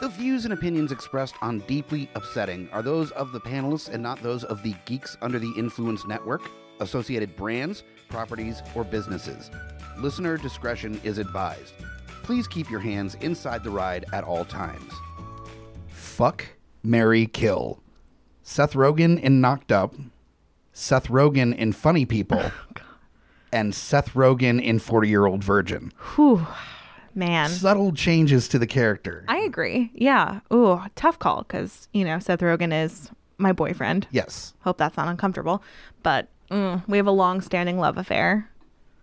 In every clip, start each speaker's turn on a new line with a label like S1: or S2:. S1: The views and opinions expressed on Deeply Upsetting are those of the panelists and not those of the Geeks Under the Influence Network, associated brands, properties, or businesses. Listener discretion is advised. Please keep your hands inside the ride at all times. Fuck, Mary Kill. Seth Rogen in Knocked Up, Seth Rogen in Funny People, and Seth Rogen in 40 Year Old Virgin.
S2: Whew, man.
S1: Subtle changes to the character.
S2: I agree. Yeah. Ooh, tough call because, you know, Seth Rogen is my boyfriend.
S1: yes.
S2: Hope that's not uncomfortable. But mm, we have a long standing love affair.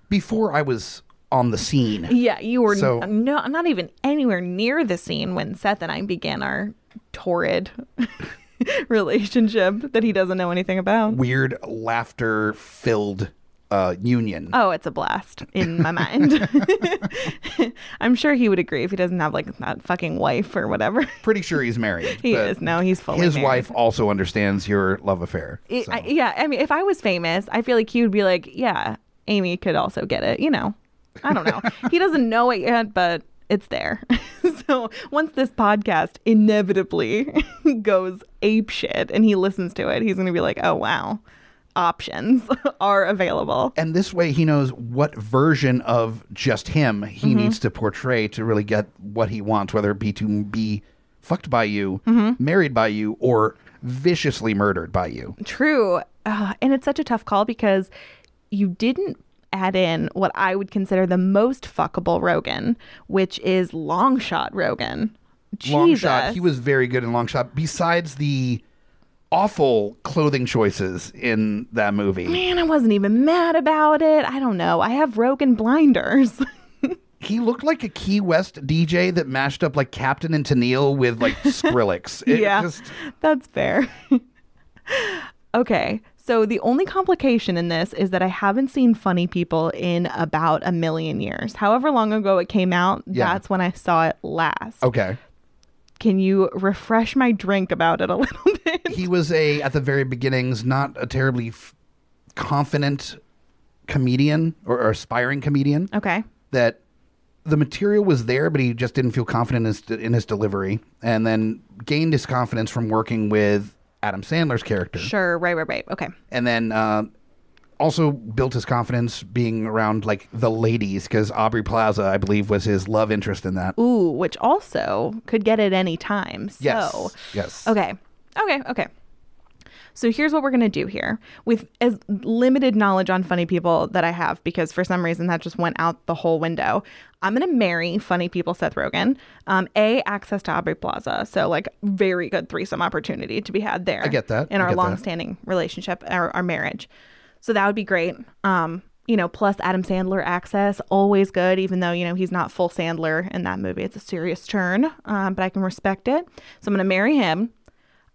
S1: Before I was on the scene.
S2: Yeah. You were
S1: So-
S2: no, not even anywhere near the scene when Seth and I began our torrid relationship that he doesn't know anything about.
S1: weird laughter filled uh, union.
S2: Oh, it's a blast in my mind. I'm sure he would agree if he doesn't have like that fucking wife or whatever.
S1: Pretty sure he's married.
S2: He
S1: but
S2: is now. He's fully
S1: His
S2: married.
S1: wife also understands your love affair.
S2: I-
S1: so.
S2: I, yeah, I mean, if I was famous, I feel like he would be like, yeah, Amy could also get it. You know, I don't know. he doesn't know it yet, but it's there. so once this podcast inevitably goes apeshit and he listens to it, he's going to be like, oh, wow, options are available.
S1: and this way, he knows what version of just him he
S2: Mm-hmm.
S1: needs to portray to really get what he wants, whether it be to be fucked by you,
S2: Mm-hmm.
S1: married by you, or viciously murdered by you.
S2: True. Uh, and it's such a tough call because you didn't add in what I would consider the most fuckable Rogan, which is long shot Rogan.
S1: Long shot.
S2: Jesus.
S1: He was very good in long shot. Besides the awful clothing choices in that movie.
S2: Man, I wasn't even mad about it. I don't know. I have Rogan blinders.
S1: he looked like a Key West DJ that mashed up like Captain and Tennille with like Skrillex. It
S2: yeah,
S1: just-
S2: that's fair. okay, so the only complication in this is that I haven't seen Funny People in about a million years. However long ago it came out,
S1: Yeah. Oh.
S2: that's when I saw it last.
S1: okay.
S2: Can you refresh my drink about it a little bit?
S1: He was a at the very beginnings not a terribly f- confident comedian or, or aspiring comedian
S2: Okay.
S1: that the material was there but he just didn't feel confident in his, in his delivery and then gained his confidence from working with Adam Sandler's character.
S2: Sure. Right, right, right. Okay.
S1: and then uh, also built his confidence being around like the ladies because Aubrey Plaza, I believe, was his love interest in that.
S2: Ooh, which also could get at any time. So
S1: Yes, yes.
S2: Okay. Okay. Okay. So here's what we're going to do here with as limited knowledge on funny people that I have, because for some reason that just went out the whole window. I'm going to marry funny people, Seth Rogen. Um, a, access to Aubrey Plaza. So, like, very good threesome opportunity to be had there. I
S1: get that.
S2: In
S1: I
S2: our
S1: get that.
S2: longstanding relationship, our, our marriage. So that would be great. Um, you know, plus Adam Sandler access, always good, even though, you know, he's not full Sandler in that movie. It's a serious turn, um, but I can respect it. So I'm going to marry him.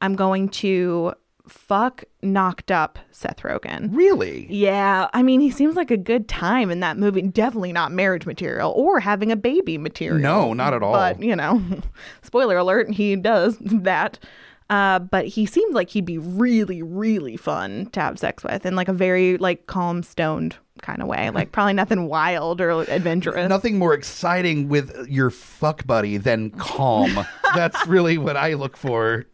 S2: I'm going to fuck knocked up Seth Rogen.
S1: Really?
S2: Yeah, I mean, he seems like a good time in that movie. Definitely not marriage material or having a baby material.
S1: No, not at all.
S2: But, you know, spoiler alert, he does that. Uh, but he seems like he'd be really, really fun to have sex with in like a very like calm, stoned kind of way. Like probably nothing wild or adventurous.
S1: Nothing more exciting with your fuck buddy than calm. That's really what I look for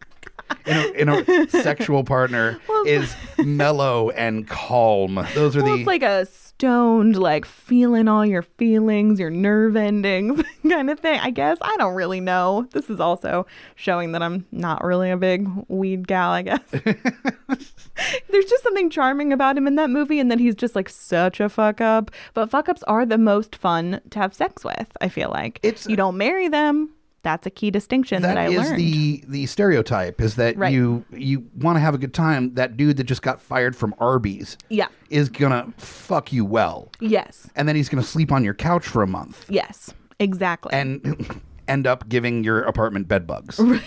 S1: in a, in a sexual partner is mellow and calm. Those are
S2: Well,
S1: the
S2: it's like a stoned, like feeling all your feelings, your nerve endings kind of thing. I guess I don't really know. This is also showing that I'm not really a big weed gal. I guess there's just something charming about him in that movie, and that he's just like such a fuck up. But fuck ups are the most fun to have sex with. I feel like
S1: It's-
S2: you don't marry them. That's a key distinction that,
S1: that
S2: I
S1: is
S2: learned.
S1: the the stereotype is that
S2: Right.
S1: you you want to have a good time. That dude that just got fired from Arby's
S2: Yeah.
S1: is gonna fuck you well.
S2: Yes.
S1: and then he's going to sleep on your couch for a month
S2: Yes. Exactly.
S1: and end up giving your apartment bed bugs.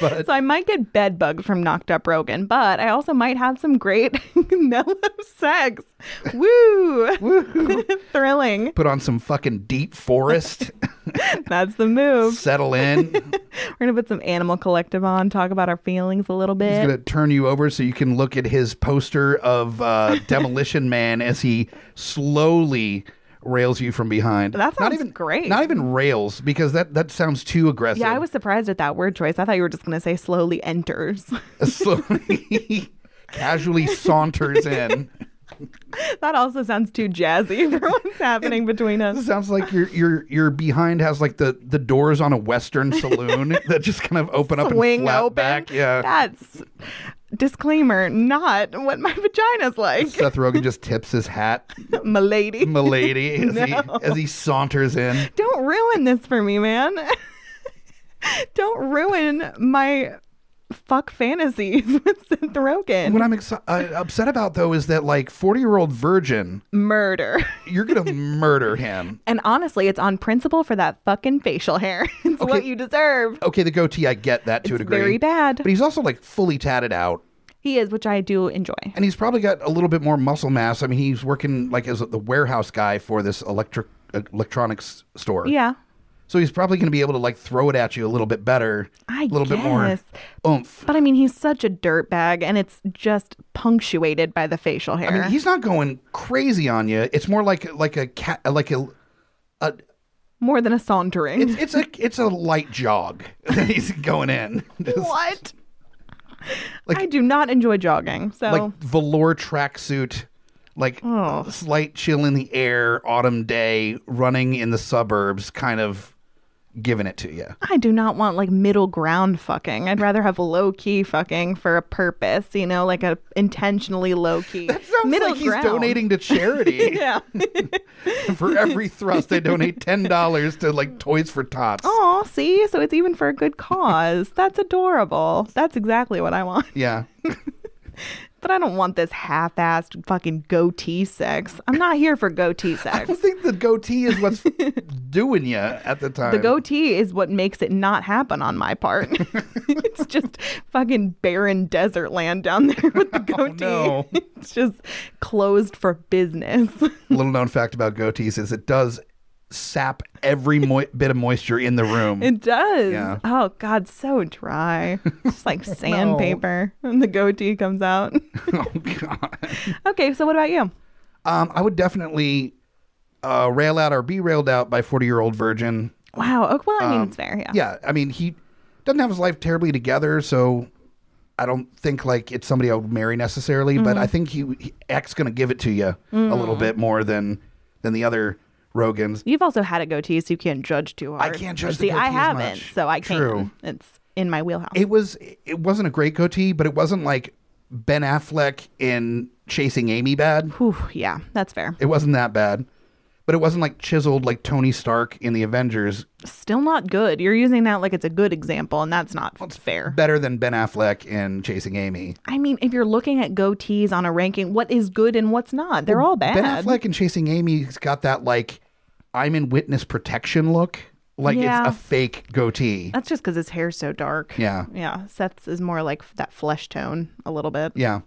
S1: But
S2: So I might get bed bugs from knocked up Rogan, but I also might have some great mellow sex. Woo! Thrilling.
S1: put on some fucking deep forest,
S2: That's the move.
S1: settle in. He's
S2: We're gonna put some Animal Collective on, talk about our feelings a little bit.
S1: going to turn you over so you can look at his poster of uh, Demolition Man as he slowly rails you from behind.
S2: That sounds
S1: not even,
S2: great.
S1: Not even rails because that that sounds too aggressive.
S2: Yeah, I was surprised at that word choice. I thought you were just going to say slowly enters.
S1: slowly, casually saunters in.
S2: that also sounds too jazzy for what's happening between
S1: It
S2: us.
S1: sounds like your your your behind has like the the doors on a western saloon that just kind of open up and
S2: Swing
S1: flap
S2: open.
S1: back. Yeah.
S2: That's disclaimer, not what my vagina's like,
S1: Seth Rogen just tips his hat,
S2: milady.
S1: milady, as,
S2: No.
S1: he, as he saunters in.
S2: Don't ruin this for me, man. Don't ruin my fuck fantasies with Seth Rogen.
S1: What I'm exci- uh, upset about though is that like 40 year old virgin,
S2: Murder.
S1: you're gonna murder him.
S2: And honestly, it's on principle for that fucking facial hair. It's what you deserve.
S1: Okay, the goatee, I get that to a degree.
S2: Very bad.
S1: But he's also like fully tatted out,
S2: He is, which I do enjoy.
S1: and he's probably got a little bit more muscle mass. I mean, he's working like as the warehouse guy for this electric uh, electronics store.
S2: Yeah.
S1: So he's probably going to be able to like throw it at you a little bit better,
S2: I
S1: a little bit more
S2: guess.
S1: oomph.
S2: But I mean, he's such a dirtbag, and it's just punctuated by the facial hair.
S1: I mean, he's not going crazy on you. It's more like like a cat, like a, a
S2: More than a sauntering.
S1: it's it's a it's a light jog that he's going in, Just
S2: what?
S1: Like-
S2: I do not enjoy jogging. So,
S1: like velour tracksuit, like
S2: Oh.
S1: slight chill in the air, autumn day, running in the suburbs, kind of giving it to you.
S2: I do not want like middle ground fucking. I'd rather have low key fucking for a purpose, you know, like a intentionally low key. That
S1: Sounds
S2: middle
S1: like he's
S2: ground.
S1: donating to charity.
S2: Yeah.
S1: For every thrust, they donate ten dollars to like Toys for Tots.
S2: Oh, see? So it's even for a good cause. That's adorable. That's exactly what I want.
S1: Yeah.
S2: But I don't want this half assed fucking goatee sex. I'm not here for goatee
S1: I
S2: sex.
S1: don't think the goatee is what's doing you at the time.
S2: The goatee is what makes it not happen on my part. it's just fucking barren desert land down there with the goatee.
S1: Oh, no.
S2: It's just closed for business.
S1: Little known fact about goatees is it does sap every mo- bit of moisture in the room.
S2: It does.
S1: Yeah.
S2: Oh God, so dry. It's like sandpaper. And the goatee comes out.
S1: oh god.
S2: okay, so what about you?
S1: Um, I would definitely uh, rail out or be railed out by forty-year-old virgin.
S2: Wow. Oh, well, I mean, it's fair. Yeah.
S1: Um, Yeah, I mean he doesn't have his life terribly together, so I don't think like it's somebody I would marry necessarily. But I think he, he X going to give it to you a little bit more than than the other Rogans.
S2: You've also had a goatee, so you can't judge too hard.
S1: can't judge the
S2: See, I
S1: goatee as
S2: haven't,
S1: much.
S2: so I can't.
S1: True.
S2: It's in my wheelhouse.
S1: it was it wasn't a great goatee, but it wasn't like Ben Affleck in Chasing Amy bad.
S2: Whew, yeah, that's fair.
S1: It wasn't that bad, but it wasn't like chiseled like Tony Stark in the Avengers.
S2: Still not good. You're using that like it's a good example, and that's not fair.
S1: Better than Ben Affleck in Chasing Amy.
S2: I mean, if you're looking at goatees on a ranking, what is good and what's not? They're all bad.
S1: Ben Affleck in Chasing Amy's got that like I'm in witness protection look, like
S2: Yeah.
S1: it's a fake goatee.
S2: That's just because his hair's so dark.
S1: Yeah.
S2: Yeah. Seth's is more like that flesh tone a little bit.
S1: Yeah.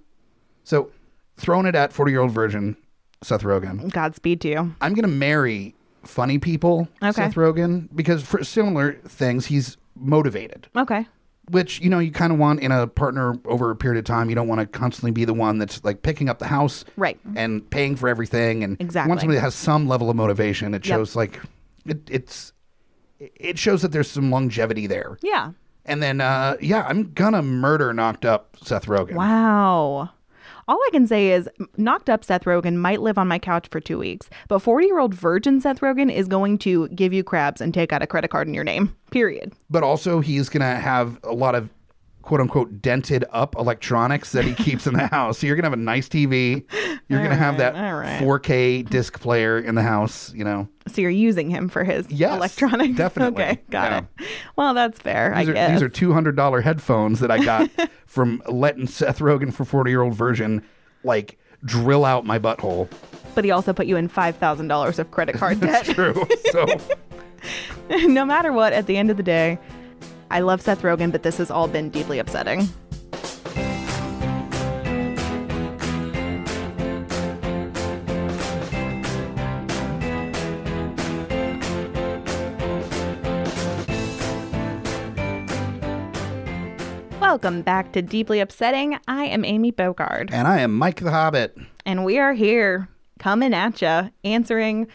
S1: So throwing it at 40 year old virgin Seth Rogen.
S2: Godspeed to you.
S1: I'm gonna marry funny people,
S2: Okay.
S1: Seth Rogen, because for similar things, he's motivated,
S2: Okay.
S1: which you know you kind of want in a partner over a period of time. You don't want to constantly be the one that's like picking up the house,
S2: Right.
S1: and paying for everything. And
S2: Exactly.
S1: once somebody that has some level of motivation, it
S2: Yep.
S1: shows like it, it's it shows that there's some longevity there.
S2: Yeah.
S1: And then uh, yeah, I'm gonna murder knocked up Seth Rogen.
S2: Wow. All I can say is knocked up Seth Rogen might live on my couch for two weeks, but 40 year old virgin Seth Rogen is going to give you crabs and take out a credit card in your name. Period.
S1: But also he's gonna have a lot of quote unquote dented up electronics that he keeps in the house. So you're gonna have a nice TV. You're gonna have
S2: right,
S1: that
S2: all right.
S1: 4K disc player in the house. You know,
S2: So you're using him for his
S1: Yes,
S2: electronics.
S1: definitely.
S2: Okay, got
S1: Yeah.
S2: it. Well, that's fair,
S1: these
S2: I
S1: are
S2: guess.
S1: these are two hundred dollar headphones that I got from letting Seth Rogen for forty year old version like drill out my butthole.
S2: But he also put you in $5,000 of credit card debt.
S1: True. So
S2: no matter what, at the end of the day, I love Seth Rogen, but this has all been deeply upsetting. Welcome back to Deeply Upsetting. I am Amy Bogard,
S1: and I am Mike the Hobbit.
S2: and we are here coming at ya, answering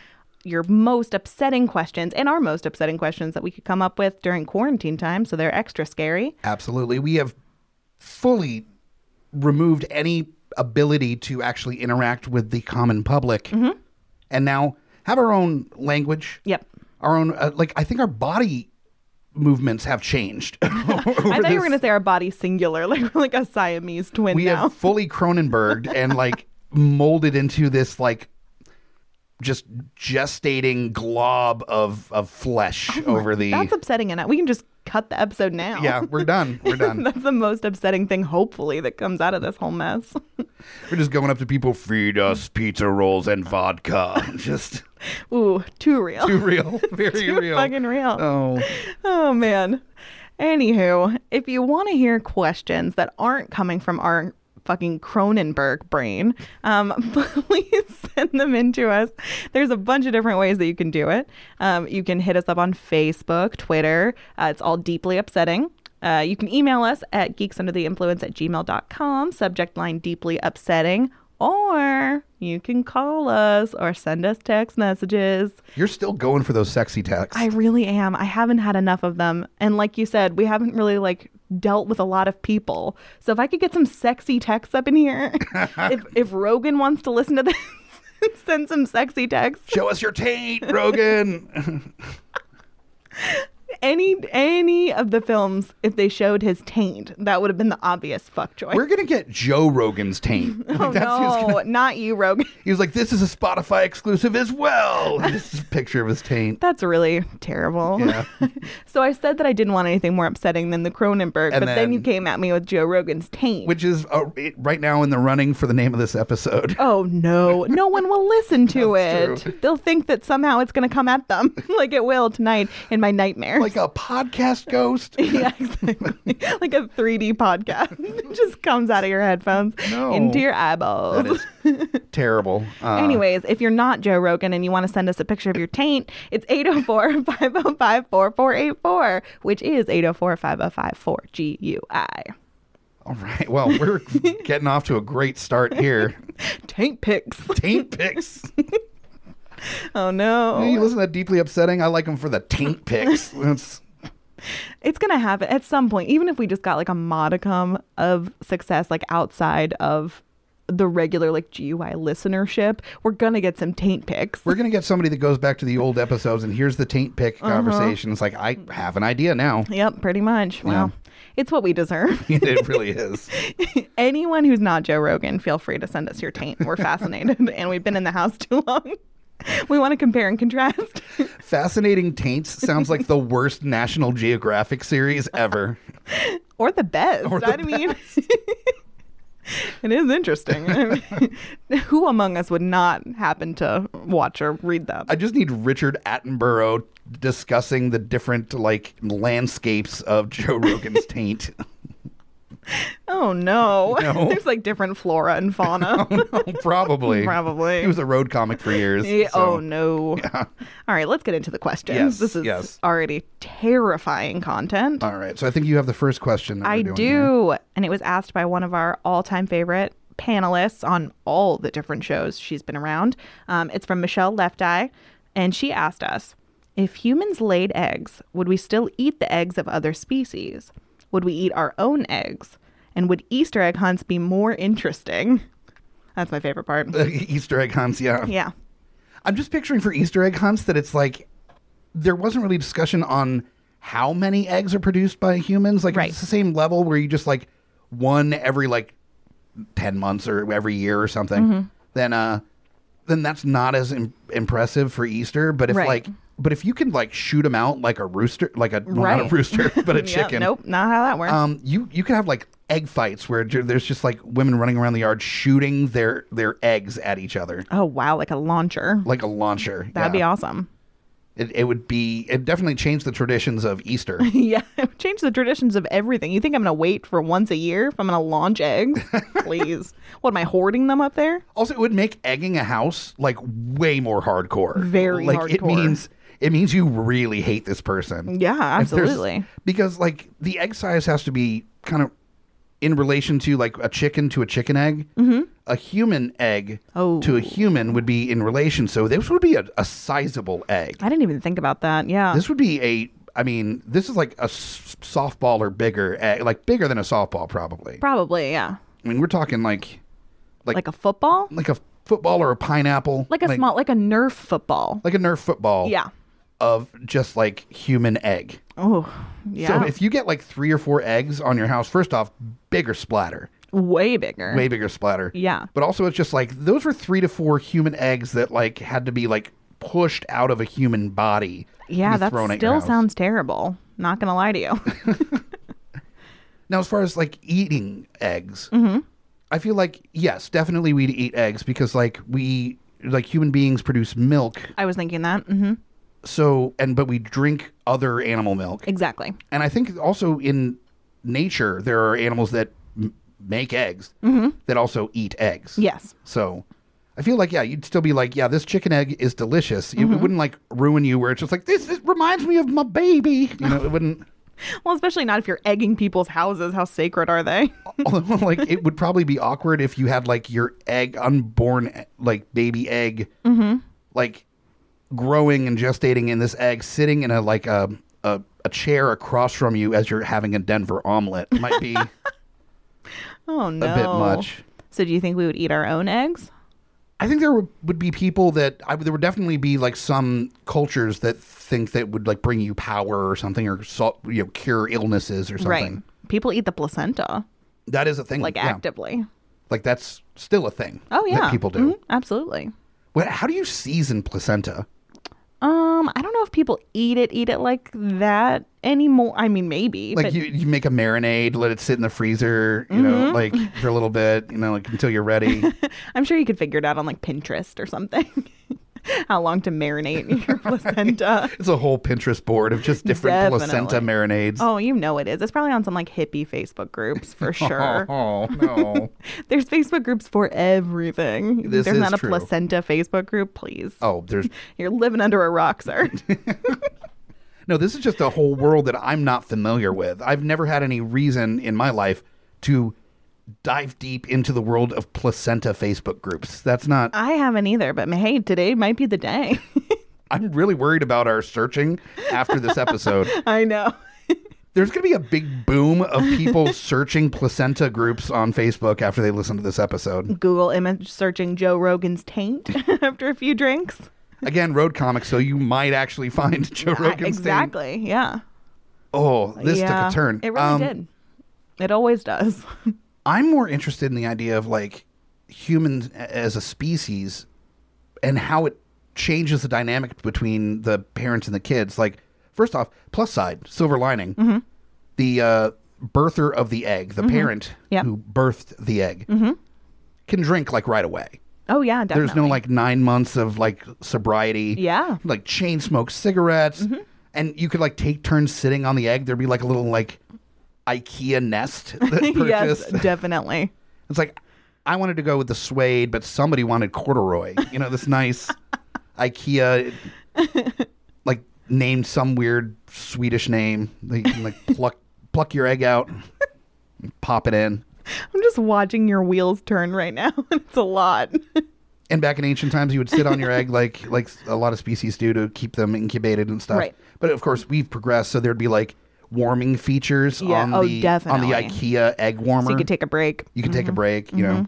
S2: your most upsetting questions and our most upsetting questions that we could come up with during quarantine time. So they're extra scary.
S1: Absolutely. We have fully removed any ability to actually interact with the common public and now have our own language.
S2: Mm-hmm. Yep.
S1: Our own, uh, like, I think our body movements have changed.
S2: I thought you were going to say our body singular, like we're like a Siamese twin
S1: we
S2: now.
S1: have fully Cronenberg and like molded into this, like, just gestating glob of, of flesh over the.
S2: Oh That's upsetting enough. We can just cut the episode now.
S1: yeah, we're done. We're done.
S2: That's the most upsetting thing, hopefully, that comes out of this whole mess.
S1: We're just going up to people, feed us pizza rolls and vodka. just
S2: Ooh, too real.
S1: too real. Very
S2: Too
S1: real.
S2: fucking real.
S1: Oh,
S2: Oh man. Anywho, if you want to hear questions that aren't coming from our fucking Cronenberg brain, um, please send them in to us. There's a bunch of different ways that you can do it. Um, you can hit us up on Facebook, Twitter. Uh, it's all deeply upsetting. Uh, you can email us at geeksundertheinfluence at gmail.com, subject line deeply upsetting, or you can call us or send us text messages.
S1: you're still going for those sexy texts.
S2: I really am. I haven't had enough of them. And like you said, we haven't really like dealt with a lot of people. So if I could get some sexy texts up in here, if if Rogan wants to listen to this, send some sexy texts.
S1: Show us your taint, Rogan.
S2: Any any of the films, if they showed his taint, that would have been the obvious fuck choice.
S1: We're gonna get Joe Rogan's taint. Like,
S2: oh
S1: who's
S2: no,
S1: gonna-
S2: not you, Rogan.
S1: he was like, "This is a Spotify exclusive as well." And This is a picture of his taint.
S2: That's really terrible.
S1: Yeah.
S2: so I said that I didn't want anything more upsetting than the Cronenberg, but then,
S1: then-
S2: you came at me with Joe Rogan's taint.
S1: Which is uh, it- right now in the running for the name of this episode.
S2: Oh no, no one will listen to it.
S1: That's
S2: They'll think that somehow it's going to come at them, like it will tonight in my nightmare.
S1: Like a podcast ghost.
S2: yeah, exactly. like a 3D podcast, it just comes out of your headphones
S1: No.
S2: into your
S1: That
S2: eyeballs.
S1: is terrible. Uh,
S2: Anyways, if you're not Joe Rogan and you want to send us a picture of your taint, it's 804 505 4484, oh which is 804 505 4GUI.
S1: All right. Well, we're getting off to a great start here.
S2: Taint pics.
S1: Taint pics.
S2: Oh no.
S1: You listen to that deeply upsetting. I like them for the taint pics. That's
S2: it's gonna happen at some point even if we just got like a modicum of success like outside of the regular like gui listenership we're gonna get some taint pics
S1: We're gonna get somebody that goes back to the old episodes and here's the taint pick
S2: Uh-huh.
S1: conversation. It's like I have an idea now.
S2: yep pretty much well it's what we deserve
S1: it really is.
S2: anyone who's not joe rogan feel free to send us your taint we're fascinated and we've been in the house too long we want to compare and contrast
S1: Fascinating taints sounds like the worst National Geographic series ever.
S2: or the best i mean It is interesting. I mean, who among us would not happen to watch or read that?
S1: I just need Richard Attenborough discussing the different like landscapes of Joe Rogan's taint.
S2: Oh no.
S1: No. Oh,
S2: There's like different flora and fauna.
S1: Probably.
S2: Probably.
S1: He was a road comic for years.
S2: Yeah,
S1: so-
S2: Oh no. All right, let's get into the questions.
S1: Yes,
S2: this is
S1: yes.
S2: already terrifying content.
S1: All right. So I think you have the first question. that we're
S2: I
S1: doing here.
S2: do. And it was asked by one of our all time favorite panelists on all the different shows she's been around. Um, it's from Michelle Left Eye. And she asked us if humans laid eggs, would we still eat the eggs of other species? Would we eat our own eggs? And would Easter egg hunts be more interesting? That's my favorite part.
S1: Easter egg hunts. Yeah.
S2: Yeah.
S1: I'm just picturing for Easter egg hunts that it's like there wasn't really discussion on how many eggs are produced by humans. Like
S2: Right.
S1: it's the same level where you just like one every like ten months or every year or something.
S2: Mm-hmm.
S1: Then uh, then that's not as Im- impressive for Easter. But if
S2: Right.
S1: like, but if you can like shoot them out like a rooster, like a well, not
S2: Right.
S1: a rooster, but a
S2: Yeah,
S1: chicken.
S2: Nope, not how that works.
S1: Um, you you could have like egg fights where j- there's just like women running around the yard shooting their their eggs at each other
S2: oh wow, like a launcher.
S1: like a launcher.
S2: That'd
S1: yeah.
S2: be awesome.
S1: It, it would be it definitely changed the traditions of Easter.
S2: Yeah, change the traditions of everything. You think I'm gonna wait for once a year if I'm gonna launch eggs? Please. What am I hoarding them up there?
S1: also, it would make egging a house like way more hardcore.
S2: Very
S1: like it
S2: hardcore.
S1: means it means you really hate this person.
S2: Yeah,
S1: If there's-
S2: absolutely.
S1: Because like the egg size has to be kind of in relation to like a chicken to a chicken egg, a human egg
S2: Mm-hmm. Oh.
S1: to a human would be in relation. So this would be a, a sizable egg.
S2: I didn't even think about that. Yeah.
S1: This would be a, I mean, this is like a s- softball or bigger egg, like bigger than a softball probably.
S2: Probably, yeah.
S1: I mean, we're talking like, like,
S2: Like a football?
S1: like a football or a pineapple,
S2: Like a small like a Nerf football.
S1: like a Nerf football,
S2: Yeah.
S1: of just like human egg.
S2: Oh, yeah.
S1: So if you get like three or four eggs on your house, first off, bigger splatter,
S2: way bigger.
S1: way bigger splatter.
S2: Yeah.
S1: But also, it's just like those were three to four human eggs that like had to be like pushed out of a human body. to
S2: yeah,
S1: be
S2: that
S1: thrown at your
S2: still
S1: house.
S2: sounds terrible. Not gonna lie to you.
S1: Now, as far as like eating eggs,
S2: Mm-hmm.
S1: I feel like yes, definitely we'd eat eggs because like we like human beings produce milk.
S2: I was thinking that. Mm-hmm.
S1: So and but we drink other animal milk,
S2: Exactly.
S1: and I think also in nature there are animals that m- make eggs that also eat eggs.
S2: Yes.
S1: So I feel like, yeah, you'd still be like, yeah, this chicken egg is delicious. It, it wouldn't like ruin you where it's just like, this, this reminds me of my baby. You know, it wouldn't,
S2: Well, especially not if you're egging people's houses. How sacred are they?
S1: although, like, it would probably be awkward if you had like your egg, unborn, like baby egg,
S2: Mm-hmm.
S1: like growing and gestating in this egg, sitting in a like a, a, a chair across from you as you're having a Denver omelet. Might be a
S2: Oh no.
S1: bit much.
S2: So do you think we would eat our own eggs?
S1: I think there would would be people that I, there would definitely be like some cultures that think that would like bring you power or something or sol- you know cure illnesses or something.
S2: Right. People eat the placenta
S1: That is a thing.
S2: like
S1: yeah.
S2: actively.
S1: Like that's still a thing.
S2: Oh yeah.
S1: that people do.
S2: Mhm, absolutely.
S1: What, how do you season placenta?
S2: Um, I don't know if people eat it eat it like that anymore. I mean, maybe.
S1: Like
S2: but Mm-hmm.
S1: you, you make a marinade, let it sit in the freezer, you know, like for a little bit, you know, like until you're ready.
S2: I'm sure you could figure it out on like Pinterest or something. How long to marinate your placenta?
S1: it's a whole Pinterest board of just different placenta
S2: Definitely.
S1: marinades.
S2: Oh, you know it is. It's probably on some like hippie Facebook groups for sure.
S1: oh no.
S2: There's Facebook groups for everything.
S1: This
S2: There's
S1: is
S2: not a
S1: true.
S2: placenta Facebook group, please.
S1: oh, there's
S2: You're living under a rock, sir.
S1: No, this is just a whole world that I'm not familiar with. I've never had any reason in my life to dive deep into the world of placenta Facebook groups. That's not.
S2: I haven't either, but hey, today might be the day.
S1: I'm really worried about our searching after this episode.
S2: I know.
S1: There's going to be a big boom of people searching placenta groups on Facebook after they listen to this episode.
S2: Google image searching Joe Rogan's taint after a few drinks.
S1: Again, road comics, so you might actually find Joe
S2: I-
S1: Rogan's thing.
S2: exactly. Yeah.
S1: Oh, this
S2: Yeah.
S1: took a turn.
S2: It really
S1: Um,
S2: did. It always does.
S1: I'm more interested in the idea of like humans a- as a species and how it changes the dynamic between the parents and the kids. Like, first off, plus side, silver lining,
S2: Mm-hmm.
S1: the uh, birther of the egg, the parent
S2: Yeah.
S1: who birthed the egg, can drink like right away.
S2: Oh yeah, definitely.
S1: There's no like nine months of like sobriety.
S2: Yeah.
S1: Like chain smoke cigarettes. And you could like take turns sitting on the egg. There'd be like a little like IKEA nest that
S2: yes,
S1: purchased.
S2: definitely.
S1: It's like I wanted to go with the suede, but somebody wanted corduroy. You know, this nice IKEA, like named some weird Swedish name. They can like pluck pluck your egg out, and pop it in.
S2: I'm just watching your wheels turn right now. and it's a lot.
S1: And back in ancient times, you would sit on your egg like like a lot of species do to keep them incubated and stuff.
S2: Right.
S1: But of course, we've progressed, so there'd be like warming features
S2: Yeah,
S1: on
S2: oh,
S1: the on the
S2: definitely.
S1: IKEA egg warmer.
S2: So you could take Mm-hmm. a break.
S1: You can take a break, you know,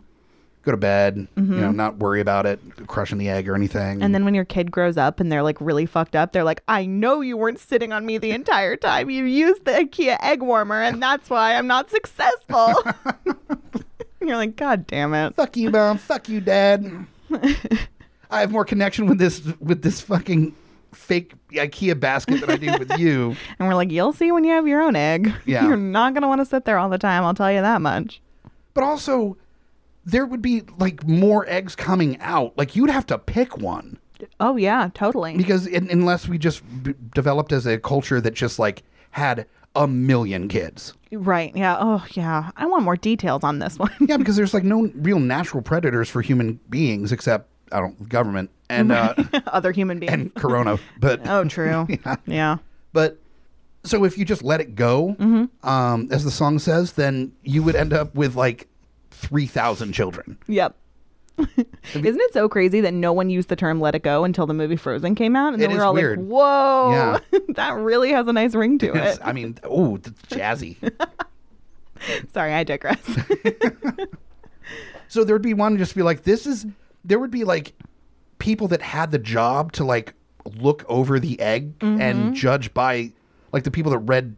S1: go to bed, you know, not worry about it, crushing the egg or anything.
S2: Mm-hmm. And then when your kid grows up and they're like really fucked up, they're like, I know you weren't sitting on me the entire time. You used the IKEA egg warmer, and that's why I'm not successful. And You're like, God damn it.
S1: fuck you, mom. fuck you, dad. I have more connection with this with this fucking fake IKEA basket than I do with you.
S2: And we're like, You'll see when you have your own egg.
S1: Yeah.
S2: You're not going to want to sit there all the time. I'll tell you that much.
S1: But also, there would be like more eggs coming out. Like you'd have to pick one
S2: Oh, yeah, totally.
S1: because in, unless we just b- developed as a culture that just like had a million kids.
S2: Right. Yeah. Oh, yeah. I want more details on this one.
S1: Yeah, because there's like no real natural predators for human beings except I don't government and uh,
S2: Other human beings.
S1: and corona. But
S2: oh, true. yeah.
S1: but So if you just let it go, um, as the song says, then you would end up with like 3,000 children.
S2: Yep. Isn't it so crazy that no one used the term "let it go" until the movie Frozen came out, and
S1: It
S2: then we
S1: is
S2: were all
S1: weird.
S2: like, "Whoa,
S1: Yeah.
S2: that really has a nice ring to
S1: It's-
S2: it."
S1: I mean, oh, jazzy.
S2: Sorry, I digress.
S1: So there would be one just be like, this is, there would be like people that had the job to like look over the egg
S2: Mm-hmm.
S1: and judge by like the people that read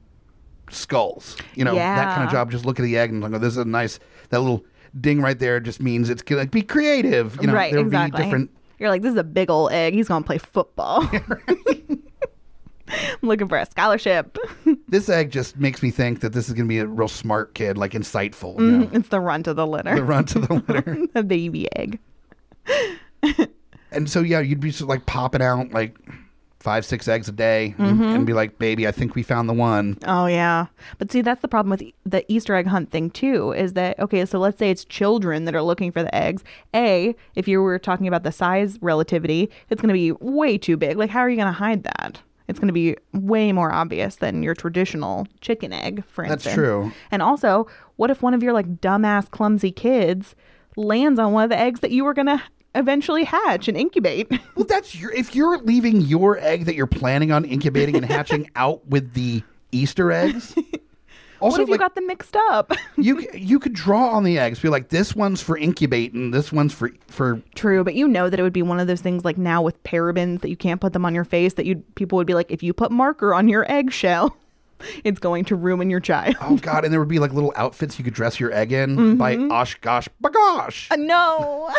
S1: skulls, you know, that kind
S2: Yeah.
S1: of job. Just look at the egg and like, oh, this is a nice, that little ding right there just means it's gonna like, be creative. You know,
S2: right,
S1: there would
S2: exactly.
S1: be different.
S2: You're like, this is a big old egg. He's gonna play football. I'm looking for a scholarship.
S1: This egg just makes me think that this is gonna be a real smart kid, like insightful. You know,
S2: it's the runt of the
S1: the
S2: litter,
S1: run to the litter.
S2: the baby egg.
S1: And so yeah, you'd be just like popping out like five, six eggs a day, and-
S2: Mm-hmm.
S1: and be like, "Baby, I think we found the one."
S2: Oh yeah, but see, that's the problem with E, the Easter egg hunt thing too. Is that okay? So let's say it's children that are looking for the eggs. A, if you were talking about the size relativity, it's going to be way too big. Like, how are you going to hide that? It's going to be way more obvious than your traditional chicken egg, for
S1: That's
S2: instance.
S1: true.
S2: And also, what if one of your like dumbass, clumsy kids lands on one of the eggs that you were going to eventually hatch and incubate?
S1: Well, that's your if you're leaving your egg that you're planning on incubating and hatching out with the Easter eggs.
S2: what
S1: Also,
S2: if you
S1: like
S2: got them mixed up?
S1: you, c- you could draw on the eggs. Be like, this one's for incubating, this one's for for.
S2: True, but you know that it would be one of those things like now with parabens that you can't put them on your face that you people would be like if you put marker on your eggshell, it's going to ruin your child.
S1: Oh God! And there would be like little outfits you could dress your egg in by
S2: Mm-hmm.
S1: Osh Gosh Bagosh.
S2: Uh, no.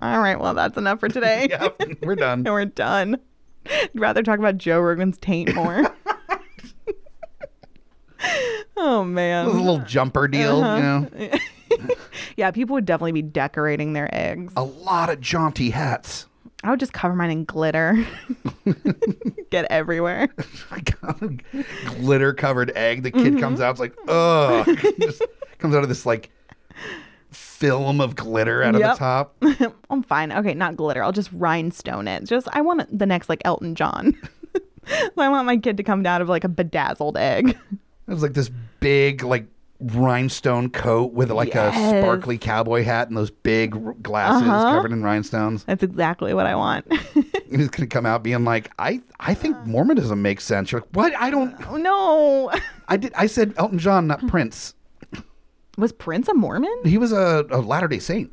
S2: All right, well that's enough for today.
S1: yeah, we're done.
S2: And we're done. I'd rather talk about Joe Rogan's taint more. oh
S1: Those
S2: man.
S1: little jumper deal, you
S2: Uh-huh.
S1: know.
S2: Uh, Yeah, people would definitely be decorating their eggs.
S1: A lot of jaunty hats.
S2: I would just cover mine in glitter. Get everywhere.
S1: I got a glitter covered egg. The kid comes out, it's like, ugh. just comes out of this like film of glitter out of
S2: Yep.
S1: the top.
S2: I'm fine. Okay, not glitter. I'll just rhinestone it. Just I want the next like Elton John. so I want my kid to come out of like a bedazzled egg.
S1: It was like this big, like rhinestone coat with like a
S2: Yes. Uh-huh.
S1: sparkly cowboy hat and those big r- glasses covered in rhinestones.
S2: That's exactly what I want.
S1: And he's gonna come out being like, I I think
S2: Uh.
S1: Mormonism makes sense. You're like, what? I don't
S2: oh no.
S1: I did I said Elton John, not Prince.
S2: Was Prince a Mormon?
S1: He was a, a Latter day Saint.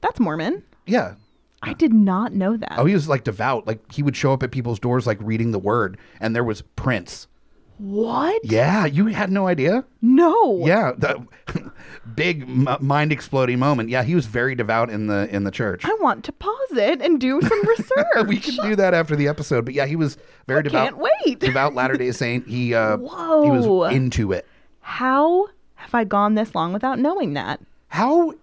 S2: That's Mormon.
S1: Yeah.
S2: I did not know that.
S1: Oh, he was like devout. Like he would show up at people's doors like reading the word and there was Prince.
S2: What?
S1: Yeah, you had no idea.
S2: No.
S1: Yeah, the big m- mind exploding moment. Yeah, he was very devout in the in the church.
S2: I want to pause it and do some research.
S1: We can do that after the episode, but yeah, he was very devout.
S2: can't wait.
S1: Devout Latter Day Saint. He uh, he
S2: Whoa.
S1: was into it.
S2: How have I gone this long without knowing that?
S1: How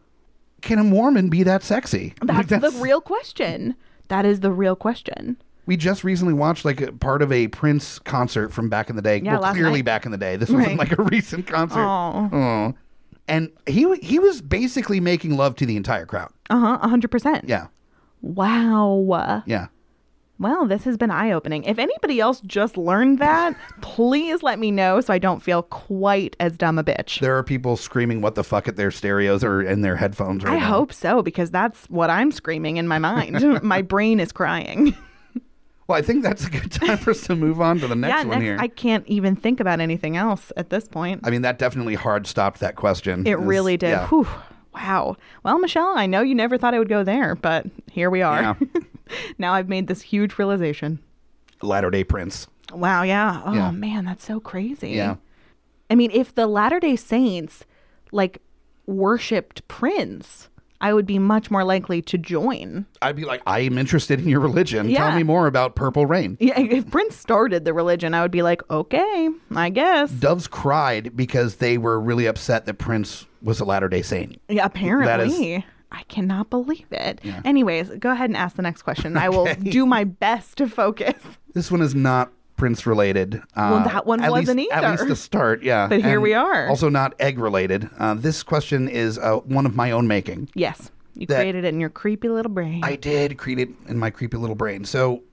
S1: can a Mormon be that sexy? Like,
S2: That's, the real question. That is the real question.
S1: We just recently watched like a part of a Prince concert from back in the day.
S2: Yeah,
S1: well,
S2: last
S1: clearly
S2: night.
S1: back in the day. This wasn't
S2: Right.
S1: like a recent concert.
S2: Aw.
S1: Aw. And he wa- he was basically making love to the entire crowd.
S2: Uh-huh, 100%.
S1: Yeah.
S2: Wow.
S1: Yeah.
S2: Well, this has been eye opening. If anybody else just learned that, please let me know so I don't feel quite as dumb a bitch.
S1: There are people screaming what the fuck at their stereos or in their headphones right
S2: I
S1: now.
S2: hope so because that's what I'm screaming in my mind. my brain is crying.
S1: Well, I think that's a good time for us to move on to the next
S2: yeah,
S1: one
S2: next,
S1: here.
S2: I can't even think about anything else at this point.
S1: I mean, that definitely hard stopped that question.
S2: it really did.
S1: yeah.
S2: Whew. Wow. Well, Michelle, I know you never thought I would go there, but here we are.
S1: Yeah.
S2: now I've made this huge realization.
S1: Latter day Prince.
S2: Wow, yeah. Oh
S1: Yeah.
S2: man, that's so crazy.
S1: Yeah.
S2: I mean, if the Latter-day Saints like worshiped Prince, I would be much more likely to join.
S1: I'd be like, I am interested in your religion. Tell
S2: Yeah.
S1: me more about Purple Rain.
S2: Yeah, if Prince started the religion, I would be like, "Okay, I guess."
S1: Doves cried because they were really upset that Prince was a Latter day Saint.
S2: Yeah,
S1: That
S2: apparently.
S1: is-
S2: I cannot believe it. Anyways, go ahead and ask the next question. I will do my best to focus.
S1: This one is not Prince related. Uh,
S2: that one
S1: at
S2: wasn't
S1: least, At
S2: either.
S1: least to start, yeah.
S2: But here we are.
S1: Also not egg related. Uh, this question is uh, one of my own making.
S2: Yes, you
S1: That-
S2: created it in your creepy little brain.
S1: I did create it in my creepy little brain. So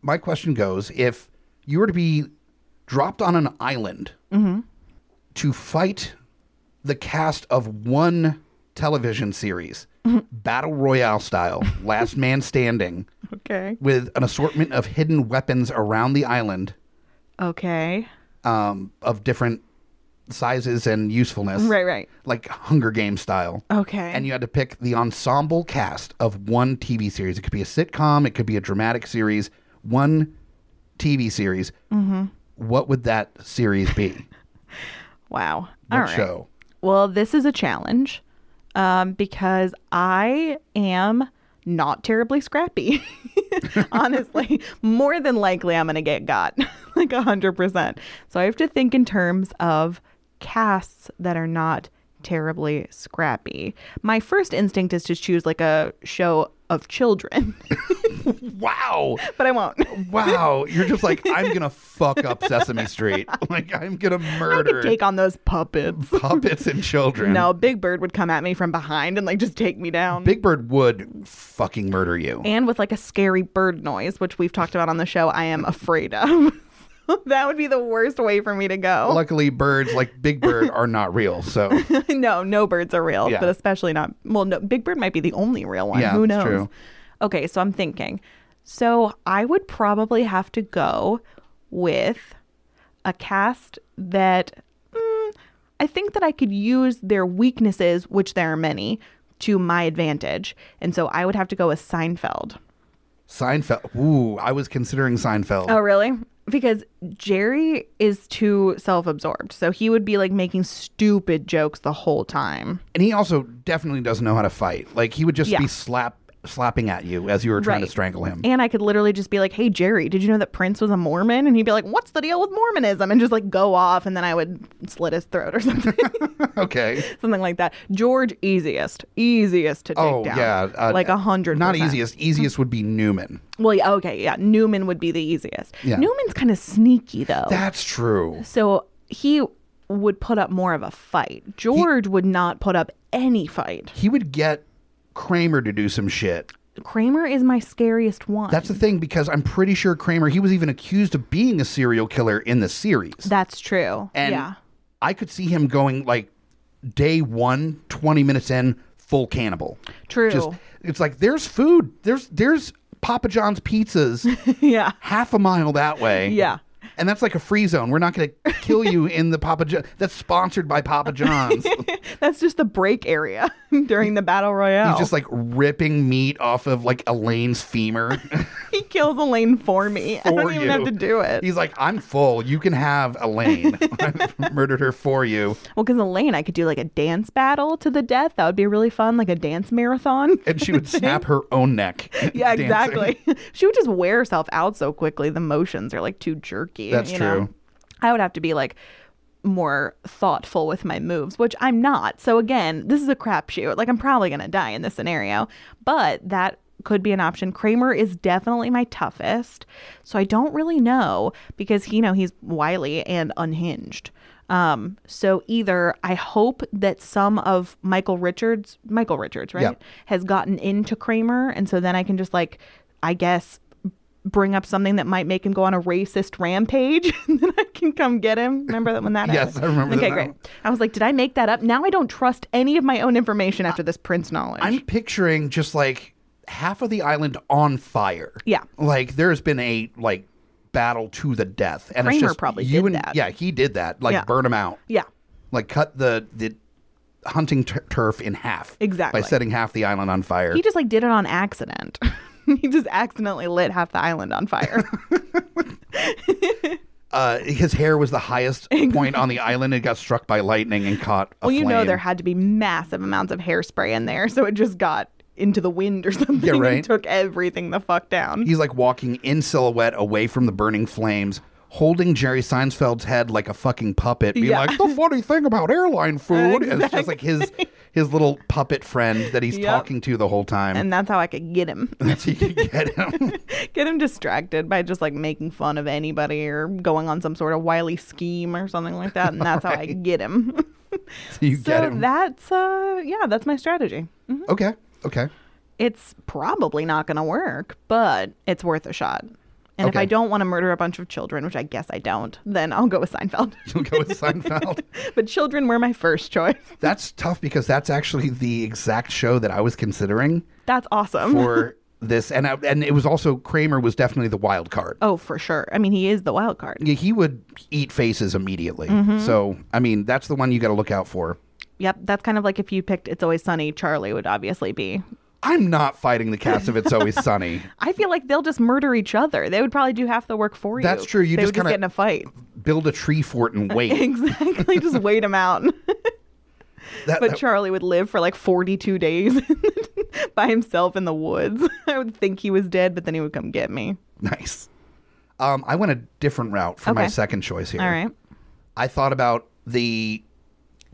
S1: my question goes: If you were to be dropped on an island
S2: Mm-hmm.
S1: to fight the cast of one television series,
S2: Mm-hmm.
S1: battle royale style, last man standing,
S2: Okay.
S1: with an assortment of hidden weapons around the island
S2: Okay.
S1: um, of different sizes and usefulness.
S2: Right, right.
S1: Like Hunger Game style.
S2: Okay.
S1: And you had to pick the ensemble cast of one TV series. It could be a sitcom, it could be a dramatic series, one TV series. Mm-hmm. What would that series be?
S2: wow.
S1: What
S2: All right.
S1: show?
S2: Well, this is a challenge um, because I am not terribly scrappy. Honestly, more than likely I'm going to get got like 100%. So I have to think in terms of casts that are not terribly scrappy. My first instinct is to choose like a show of children,
S1: Wow.
S2: but I won't.
S1: Wow. You're just like, I'm going to fuck up Sesame Street. Like, I'm going to
S2: I could
S1: murder
S2: take on those puppets.
S1: puppets and children.
S2: No, Big Bird would come at me from behind and like just take me down.
S1: Big Bird would fucking murder you.
S2: and with like a scary bird noise, which we've talked about on the show, I am afraid of. that would be the worst way for me to go.
S1: Luckily, birds like Big Bird are not real. So,
S2: no, no birds are real,
S1: Yeah.
S2: but especially not. Well, no, Big Bird might be the only real one.
S1: Yeah,
S2: Who
S1: that's
S2: knows?
S1: true.
S2: Okay, so I'm thinking. So I would probably have to go with a cast that mm, I think that I could use their weaknesses, which there are many, to my advantage. And so I would have to go with Seinfeld.
S1: Seinfeld. Ooh, I was considering Seinfeld.
S2: Oh, really? Because Jerry is too self absorbed. So he would be like making stupid jokes the whole time.
S1: and he also definitely doesn't know how to fight. Like he would just
S2: Yeah.
S1: be slap slapping at you as you were trying to
S2: Right.
S1: strangle him.
S2: And I could literally just be like, hey, Jerry, did you know that Prince was a Mormon? And he'd be like, what's the deal with Mormonism? And just like go off. And then I would slit his throat or something,
S1: okay.
S2: something like that. George, easiest, easiest to take
S1: Oh
S2: down.
S1: yeah, uh,
S2: like a hundred.
S1: Not
S2: percent.
S1: easiest. Easiest would be Newman.
S2: Well, yeah, okay, yeah. Newman would be the easiest.
S1: Yeah.
S2: Newman's kind of sneaky though.
S1: That's true.
S2: So he would put up more of a fight. George would not put up any fight.
S1: He would get Kramer to do some shit.
S2: Kramer is my scariest one.
S1: That's the thing because I'm pretty sure Kramer. He was even accused of being a serial killer in the series.
S2: That's true.
S1: And
S2: yeah.
S1: I could see him going like day one, 20 minutes in, full cannibal.
S2: True.
S1: Just it's like there's food. There's there's Papa John's pizzas
S2: yeah.
S1: half a mile that way.
S2: Yeah.
S1: And that's like a free zone. We're not going to kill you in the Papa John. That's sponsored by Papa John's.
S2: That's just the break area during the battle royale.
S1: He's just like ripping meat off of like Elaine's femur.
S2: he kills Elaine for me. I
S1: for
S2: don't even
S1: you.
S2: have to do it.
S1: He's like, I'm full. You can have Elaine. I murdered her for you.
S2: well, because Elaine, I could do like a dance battle to the death. That would be really fun, like a dance marathon.
S1: And she would snap her own neck.
S2: Yeah,
S1: dancing.
S2: exactly. she would just wear herself out so quickly. The motions are like too jerky.
S1: That's
S2: you know?
S1: true.
S2: I would have to be like more thoughtful with my moves, which I'm not. So again, this is a crapshoot. Like I'm probably gonna die in this scenario, but that could be an option. Kramer is definitely my toughest, so I don't really know because you know he's wily and unhinged. Um, so either I hope that some of Michael Richards, Michael Richards, right,
S1: Yeah.
S2: has gotten into Kramer, and so then I can just like, I guess, bring up something that might make him go on a racist rampage, and then I can come get him. Remember that when that
S1: Yes,
S2: happened?
S1: I remember
S2: Okay,
S1: that.
S2: great. I was like, did I make that up? Now I don't trust any of my own information after this Prince knowledge.
S1: I'm picturing just like half of the island on fire.
S2: Yeah.
S1: Like there's been a like battle to the death. And it's
S2: Kramer
S1: just
S2: probably
S1: you
S2: did
S1: and
S2: that.
S1: yeah, he did that. Like
S2: Yeah.
S1: burn him out.
S2: yeah,
S1: Like cut the the hunting tur turf in half.
S2: Exactly.
S1: By setting half the island on fire.
S2: he just like did it on accident. he just accidentally lit half the island on fire.
S1: uh, his hair was the highest point on the island. It got struck by lightning and caught. A
S2: well, you know
S1: flame.
S2: there had to be massive amounts of hairspray in there, so it just got into the wind or something
S1: Yeah, right.
S2: and took everything the fuck down.
S1: He's like walking in silhouette away from the burning flames, holding Jerry Seinfeld's head like a fucking puppet, being
S2: Yeah.
S1: like, "The funny thing about airline food," and it's just like his his little puppet friend that he's
S2: Yep.
S1: talking to the whole time,
S2: and that's how I could get him.
S1: so you can get him.
S2: get him distracted by just like making fun of anybody or going on some sort of wily scheme or something like that and that's how i get him
S1: so you get
S2: so
S1: him.
S2: that's uh yeah that's my strategy
S1: okay, okay.
S2: it's probably not gonna work but it's worth a shot And if
S1: Okay.
S2: I don't want to murder a bunch of children, which I guess I don't, then I'll go with Seinfeld.
S1: You'll go with Seinfeld.
S2: but children were my first choice.
S1: That's tough because that's actually the exact show that I was considering
S2: That's awesome.
S1: for this, and I, and it was also Kramer was definitely the wild card.
S2: oh, for sure. I mean, he is the wild card.
S1: Yeah, He would eat faces immediately.
S2: Mm-hmm.
S1: So I mean, that's the one you got to look out for.
S2: Yep. That's kind of like if you picked It's Always Sunny, Charlie would obviously be.
S1: I'm not fighting the cast of It's Always Sunny.
S2: I feel like they'll just murder each other. They would probably do half the work for you.
S1: That's true. You
S2: they
S1: just
S2: would just
S1: kinda-
S2: get in a fight.
S1: Build a tree fort and wait.
S2: exactly. Just wait him out.
S1: That,
S2: But
S1: that-
S2: Charlie would live for like 42 days by himself in the woods. I would think he was dead, but then he would come get me.
S1: nice. Um, I went a different route for my
S2: Okay.
S1: second choice here.
S2: All right.
S1: I thought about the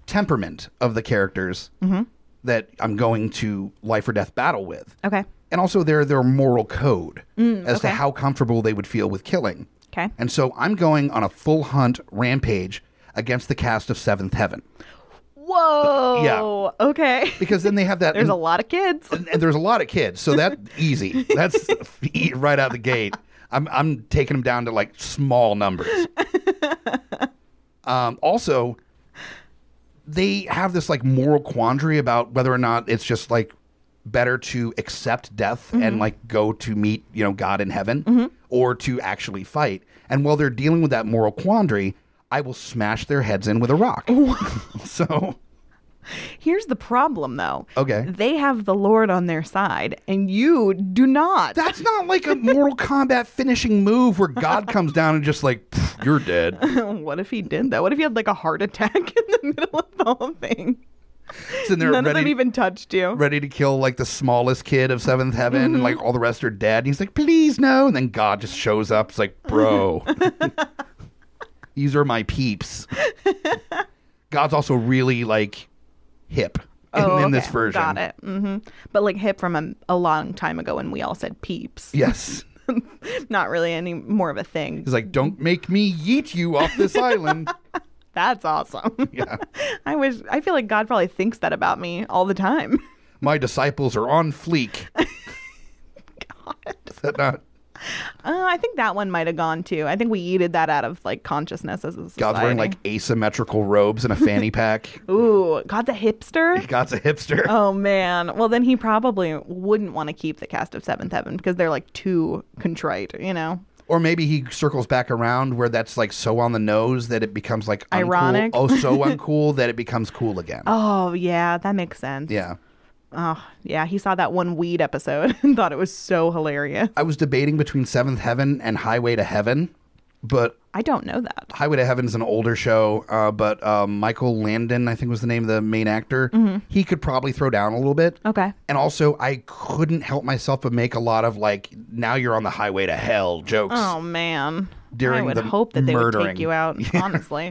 S1: temperament of the characters
S2: Mm-hmm.
S1: that I'm going to life or death battle with,
S2: Okay.
S1: and also their their moral code as to
S2: Mm, okay.
S1: how comfortable they would feel with killing.
S2: Okay.
S1: And so I'm going on a full hunt rampage against the cast of Seventh Heaven
S2: Whoa. Okay.
S1: because then they have that.
S2: There's a lot of kids.
S1: and there's a lot of kids, so that easy. That's e- right out the gate. I'm I'm taking them down to like small numbers. Um, also, they have this like moral quandary about whether or not it's just like better to accept death and like go to meet you know God in heaven or to actually fight. And while they're dealing with that moral quandary, I will smash their heads in with a rock. so
S2: Here's the problem, though.
S1: Okay.
S2: They have the Lord on their side, and you do not.
S1: That's not like a Mortal Kombat finishing move where God comes down and just like, "Pff, you're dead.
S2: what if he did that? What if he had like a heart attack in the middle of the whole thing?
S1: Sitting there
S2: None of them
S1: ready,
S2: even touched you.
S1: ready to kill like the smallest kid of Seventh Heaven
S2: Mm-hmm.
S1: and like all the rest are dead. And he's like, please no. And then God just shows up. It's like, bro, these are my peeps. God's also really like hip in,
S2: Oh,
S1: in this
S2: okay.
S1: version.
S2: Got it. hmm But like hip from a, a long time ago when we all said peeps.
S1: Yes.
S2: Not really any more of a thing.
S1: He's like, don't make me yeet you off this island.
S2: That's awesome.
S1: Yeah.
S2: I wish, I feel like God probably thinks that about me all the time.
S1: My disciples are on fleek.
S2: God.
S1: Is that not?
S2: Uh, I think that one might have gone too. I think we yeeted that out of like consciousness as a society.
S1: God's wearing like asymmetrical robes and a fanny pack.
S2: ooh, God's a hipster.
S1: God's a hipster.
S2: Oh man. Well, then he probably wouldn't want to keep the cast of Seventh Heaven because they're like too contrite, you know.
S1: Or maybe he circles back around where that's like so on the nose that it becomes like uncool.
S2: Ironic.
S1: Oh, so uncool that it becomes cool again.
S2: Oh yeah, that makes sense.
S1: Yeah.
S2: Oh yeah, he saw that one weed episode and thought it was so hilarious.
S1: I was debating between Seventh Heaven and Highway to Heaven, but
S2: I don't know that.
S1: Highway to Heaven is an older show. Uh, but uh, Michael Landon, I think was the name of the main actor,
S2: Mm-hmm.
S1: he could probably throw down a little bit.
S2: Okay.
S1: And also, I couldn't help myself but make a lot of like, now you're on the highway to hell jokes.
S2: Oh man. I
S1: During
S2: would
S1: the
S2: hope that they would
S1: murdering.
S2: take you out. Honestly,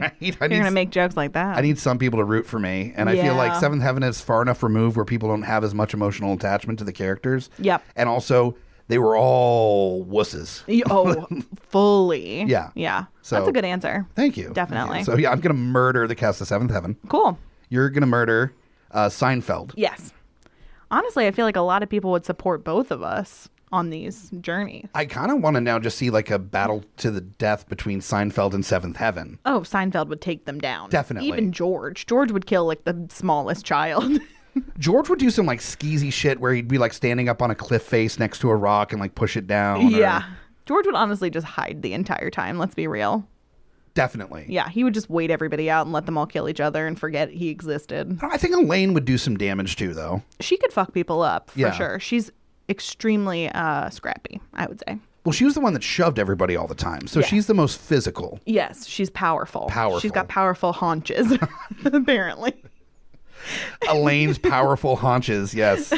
S1: right? I
S2: you're
S1: need
S2: gonna
S1: s-
S2: make jokes like that.
S1: I need some people to root for me, and I feel like
S2: Yeah.
S1: Seventh Heaven is far enough removed where people don't have as much emotional attachment to the characters.
S2: Yep.
S1: And also, they were all wusses.
S2: Y- Oh, fully.
S1: Yeah.
S2: Yeah.
S1: So-
S2: That's a good answer.
S1: Thank you.
S2: Definitely.
S1: So yeah, I'm gonna murder the cast of Seventh Heaven.
S2: Cool.
S1: You're gonna murder uh, Seinfeld.
S2: Yes. Honestly, I feel like a lot of people would support both of us on these journeys.
S1: I kind of want to now just see like a battle to the death between Seinfeld and Seventh Heaven.
S2: Oh, Seinfeld would take them down.
S1: Definitely.
S2: Even George. George would kill like the smallest child.
S1: George would do some like skeezy shit where he'd be like standing up on a cliff face next to a rock and like push it down. or-
S2: yeah. George would honestly just hide the entire time, let's be real.
S1: Definitely.
S2: Yeah, he would just wait everybody out and let them all kill each other and forget he existed.
S1: I think Elaine would do some damage too, though.
S2: She could fuck people up for
S1: Yeah.
S2: sure. She's extremely uh scrappy, I would say.
S1: Well, she was the one that shoved everybody all the time, so
S2: Yeah.
S1: she's the most physical.
S2: Yes, she's powerful.
S1: Powerful.
S2: She's got powerful haunches, apparently.
S1: Elaine's powerful haunches, yes.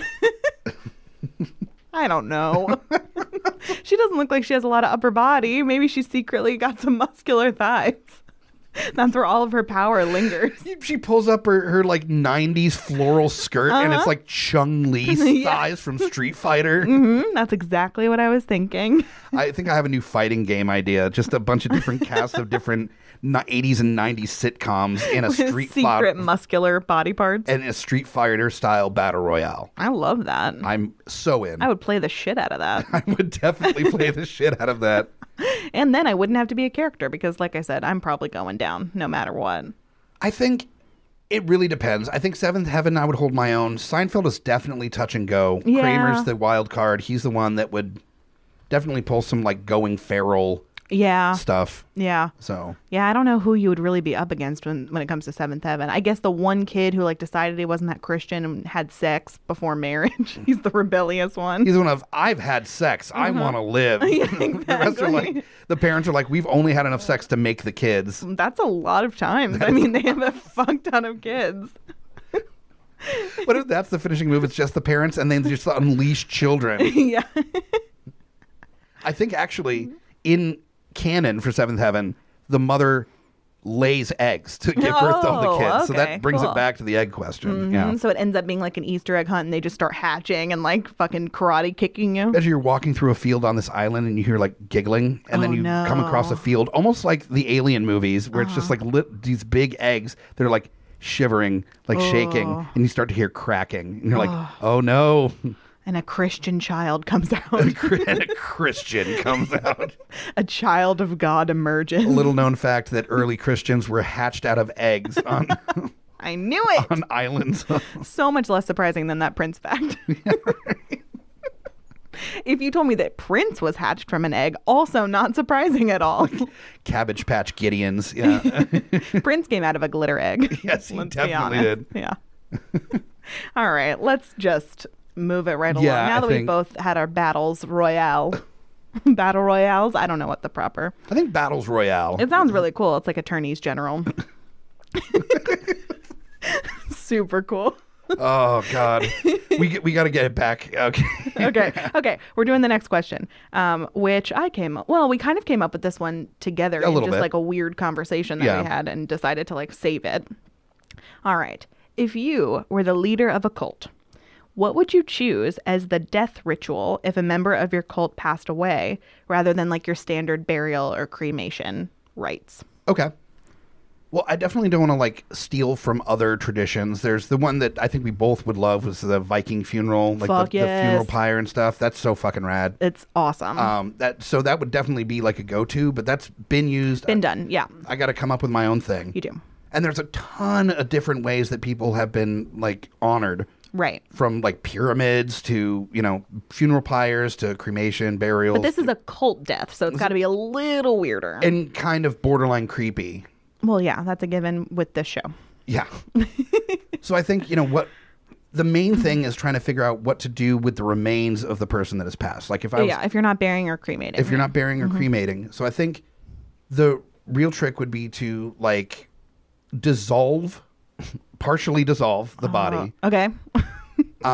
S2: I don't know. she doesn't look like she has a lot of upper body. Maybe she secretly got some muscular thighs. That's where all of her power lingers.
S1: She pulls up her, her like '90s floral skirt, and it's like Chung Lee's
S2: Uh-huh. Yeah.
S1: thighs from Street Fighter.
S2: Mhm, that's exactly what I was thinking.
S1: I think I have a new fighting game idea. Just a bunch of different casts of different ni- 80s and 90s sitcoms and a street fod-
S2: Secret muscular body parts.
S1: and a street fighter style battle royale.
S2: I love that. I,
S1: I'm so in.
S2: would play the shit out of that.
S1: I would definitely play the shit out of that.
S2: and then I wouldn't have to be a character because, like I said, I'm probably going down no matter what.
S1: I think it really depends. I think Seventh Heaven, I would hold my own. Seinfeld is definitely touch and go.
S2: Yeah.
S1: Kramer's the wild card. He's the one that would definitely pull some like going feral
S2: Yeah.
S1: stuff.
S2: Yeah.
S1: So
S2: Yeah, I don't know who you would really be up against when, when it comes to Seventh Heaven. I guess the one kid who like decided he wasn't that Christian and had sex before marriage. He's the rebellious one.
S1: he's the one of I've had sex. I want to live. the rest are
S2: Uh-huh. exactly.
S1: like the parents are like we've only had enough sex to make the kids.
S2: That's a lot of times. I mean, they have a fuck ton of kids.
S1: What if that's the finishing move? It's just the parents and then just unleash children.
S2: yeah.
S1: I think
S2: Mm-hmm.
S1: actually in canon for Seventh Heaven, the mother lays eggs to give birth to all the
S2: Oh,
S1: kids. so
S2: okay,
S1: that brings
S2: cool.
S1: it back to the egg question. Yeah.
S2: Mm-hmm. So it ends up being like an Easter egg hunt and they just start hatching and like fucking karate kicking you.
S1: As you're walking through a field on this island and you hear like giggling, and then
S2: Oh,
S1: you come across
S2: no. Uh-huh.
S1: a field almost like the alien movies where it's just like lit, these big eggs. They're like shivering, like shaking,
S2: Oh.
S1: and you start to hear cracking. And you're like, oh no.
S2: And a Christian child comes out.
S1: and a Christian comes out.
S2: a child of God emerges.
S1: Little known fact that early Christians were hatched out of eggs on,
S2: I knew it.
S1: on islands.
S2: so much less surprising than that Prince fact. if you told me that Prince was hatched from an egg, also not surprising at all.
S1: Cabbage Patch Gideons. Yeah.
S2: Prince came out of a glitter egg.
S1: yes, he
S2: Let's be
S1: definitely
S2: honest.
S1: did.
S2: Yeah. all right, let's just move it right along.
S1: Yeah,
S2: now
S1: I
S2: that we
S1: think-
S2: both had our battles royale, battle royales. I don't know what the proper.
S1: I think Battles Royale.
S2: It sounds really cool. It's like attorneys general. Super cool.
S1: oh God, we g- we got to get it back. Okay.
S2: okay. Okay. We're doing the next question, um, which I came up. Well, we kind of came up with this one together in
S1: little
S2: just
S1: bit.
S2: like a weird conversation that
S1: Yeah.
S2: we had and decided to like save it. All right. If you were the leader of a cult, what would you choose as the death ritual if a member of your cult passed away rather than like your standard burial or cremation rites?
S1: Okay. Well, I definitely don't want to like steal from other traditions. There's the one that I think we both would love was the Viking funeral, like
S2: Fuck
S1: the, the funeral
S2: yes.
S1: pyre and stuff. That's so fucking rad.
S2: It's awesome.
S1: Um, that so that would definitely be like a go-to, but that's been used.
S2: Been done. Yeah.
S1: I got to come up with my own thing.
S2: You do.
S1: And there's a ton of different ways that people have been like honored.
S2: Right.
S1: from like pyramids to you know funeral pyres to cremation burials
S2: But this is a cult death, so it's got to be a little weirder.
S1: and kind of borderline creepy
S2: Well, yeah, that's a given with this show.
S1: yeah so i think you know what the
S2: Mm-hmm.
S1: main thing is trying to figure out what to do with the remains of the person that has passed like if i was,
S2: yeah, Mm-hmm. if you're not burying or cremating.
S1: if you're not burying or cremating so i think the real trick would be to like dissolve partially dissolve the
S2: Uh-huh.
S1: body
S2: Oh, okay.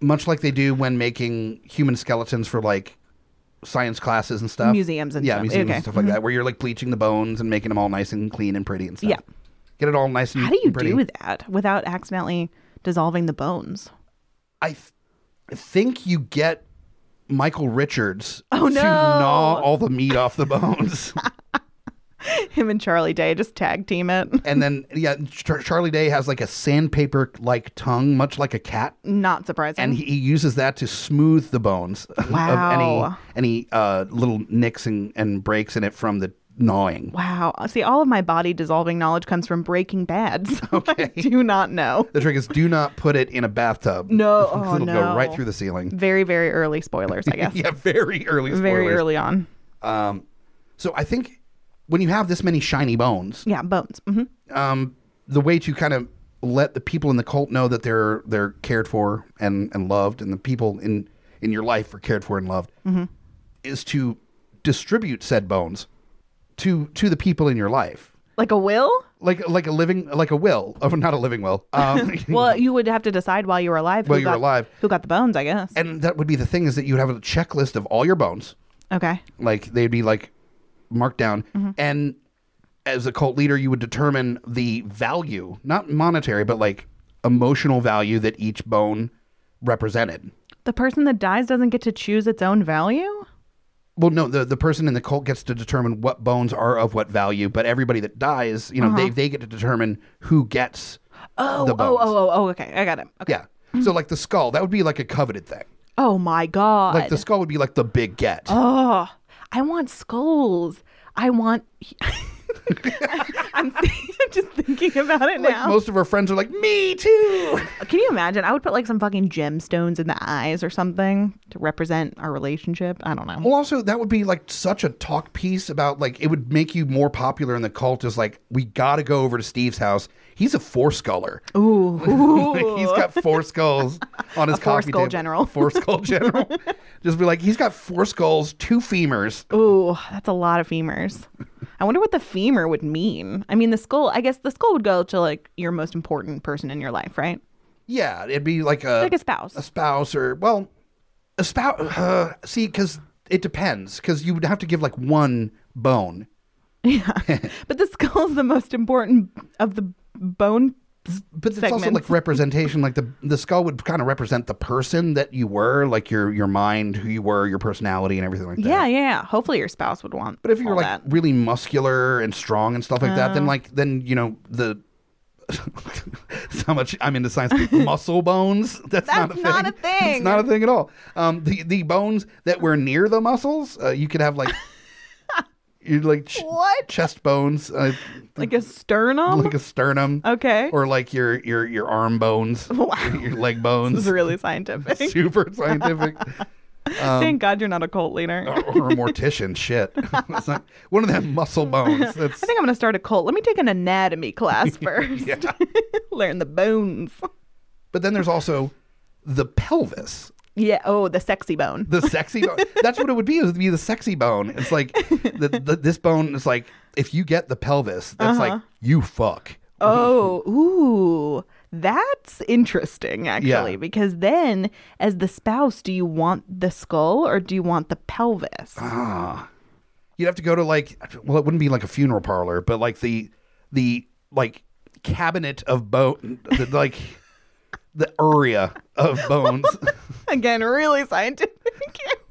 S1: much like they do when making human skeletons for like science classes and stuff.
S2: Museums and
S1: yeah,
S2: stuff.
S1: museums
S2: Okay. Mm-hmm.
S1: and stuff like that, where you're like bleaching the bones and making them all nice and clean and pretty and stuff.
S2: Yeah.
S1: Get it all nice and
S2: How do you
S1: pretty.
S2: do that without accidentally dissolving the bones?
S1: I th- think you get Michael Richards
S2: Oh,
S1: to
S2: no.
S1: gnaw all the meat off the bones.
S2: Him and Charlie Day just tag team it.
S1: and then, yeah, Char- Charlie Day has like a sandpaper like tongue, much like a cat.
S2: Not surprising.
S1: and he he uses that to smooth the bones
S2: Wow.
S1: of any any uh, little nicks and, and breaks in it from the gnawing.
S2: wow. Uh, See, all of my body dissolving knowledge comes from Breaking Bad. So I
S1: Okay.
S2: do not know.
S1: The trick is do not put it in a bathtub.
S2: No.
S1: 'Cause
S2: Oh,
S1: it'll
S2: no.
S1: go right through the ceiling.
S2: Very, very early spoilers, I guess.
S1: Yeah, very early. Spoilers.
S2: very early on.
S1: So I think when you have this many shiny bones,
S2: Yeah, bones. hmm
S1: um, the way to kind of let the people in the cult know that they're they're cared for and and loved, and the people in in your life are cared for and loved,
S2: Mm-hmm.
S1: is to distribute said bones to to the people in your life,
S2: Like a will?
S1: like like a living like a will, oh, not a living will. Um,
S2: Well, you would have to decide while you were alive.
S1: While
S2: who
S1: you were
S2: got-
S1: alive.
S2: Who got the bones, I guess.
S1: and that would be the thing is that you would have a checklist of all your bones,
S2: Okay.
S1: like they'd be like marked down and as a cult leader you would determine the value not monetary but like emotional value that each bone represented
S2: The person that dies doesn't get to choose its own value?
S1: Well, no, the, the person in the cult gets to determine what bones are of what value, but everybody that dies, you know, they, they get to determine who gets
S2: Oh,
S1: the
S2: oh,
S1: bones.
S2: oh, oh, oh, okay. I got it. Okay.
S1: Yeah. So, like the skull, that would be like a coveted thing.
S2: Oh my god.
S1: Like the skull would be like the big get.
S2: Oh, I want skulls. I want. I'm, thi- I'm just thinking about it
S1: like
S2: now.
S1: most of our friends are like, me too.
S2: Can you imagine? I would put like some fucking gemstones in the eyes or something to represent our relationship. I don't know.
S1: Well, also that would be like such a talk piece about like it would make you more popular in the cult. Is like we got to go over to Steve's house. He's a four sculler.
S2: Ooh.
S1: he's got four skulls on his
S2: four
S1: coffee
S2: skull
S1: table.
S2: general.
S1: Four skull general. Just be like, he's got four skulls, two femurs.
S2: Ooh, that's a lot of femurs. I wonder what the femur would mean. I mean, the skull, I guess the skull would go to like your most important person in your life, right?
S1: Yeah, it'd be like a
S2: Like a spouse.
S1: a spouse or well, a spouse. Uh, see, because it depends. Because you would have to give like one bone.
S2: But the skull's the most important of the bone.
S1: But it's also
S2: segments.
S1: like representation. Like the the skull would kind of represent the person that you were, like your your mind, who you were, your personality, and everything like that.
S2: Yeah, yeah, yeah. Hopefully your spouse would want.
S1: But if you're
S2: all
S1: like
S2: that. Uh-huh.
S1: really muscular and strong and stuff like that, then like then you know the. so much I'm into science. Muscle bones. That's, not a
S2: That's
S1: thing.
S2: not a thing.
S1: It's not a thing at all. Um, the the bones that were near the muscles, uh, you could have like you like ch-
S2: What?
S1: chest bones, uh,
S2: like a sternum?
S1: like a sternum,
S2: okay.
S1: or like your your your arm bones,
S2: wow.
S1: your leg
S2: This
S1: bones.
S2: is really scientific.
S1: Super scientific. um,
S2: Thank God you're not a cult leader.
S1: or, or a mortician, shit. It's not- one of them muscle bones. That's
S2: I think I'm going to start a cult. Let me take an anatomy class first. Learn the bones.
S1: But then there's also the pelvis,
S2: Yeah. Oh, the sexy bone.
S1: the sexy bone. That's what it would be. It would be the sexy bone. It's like the, the, this bone is like if you get the pelvis, that's
S2: Uh-huh.
S1: like you fuck.
S2: Oh, ooh. That's interesting, actually,
S1: Yeah.
S2: because then as the spouse, do you want the skull or do you want the pelvis?
S1: Ah. You'd have to go to like well, it wouldn't be like a funeral parlor, but like the the like cabinet of bone, the, like the area of bones,
S2: Again, really scientific.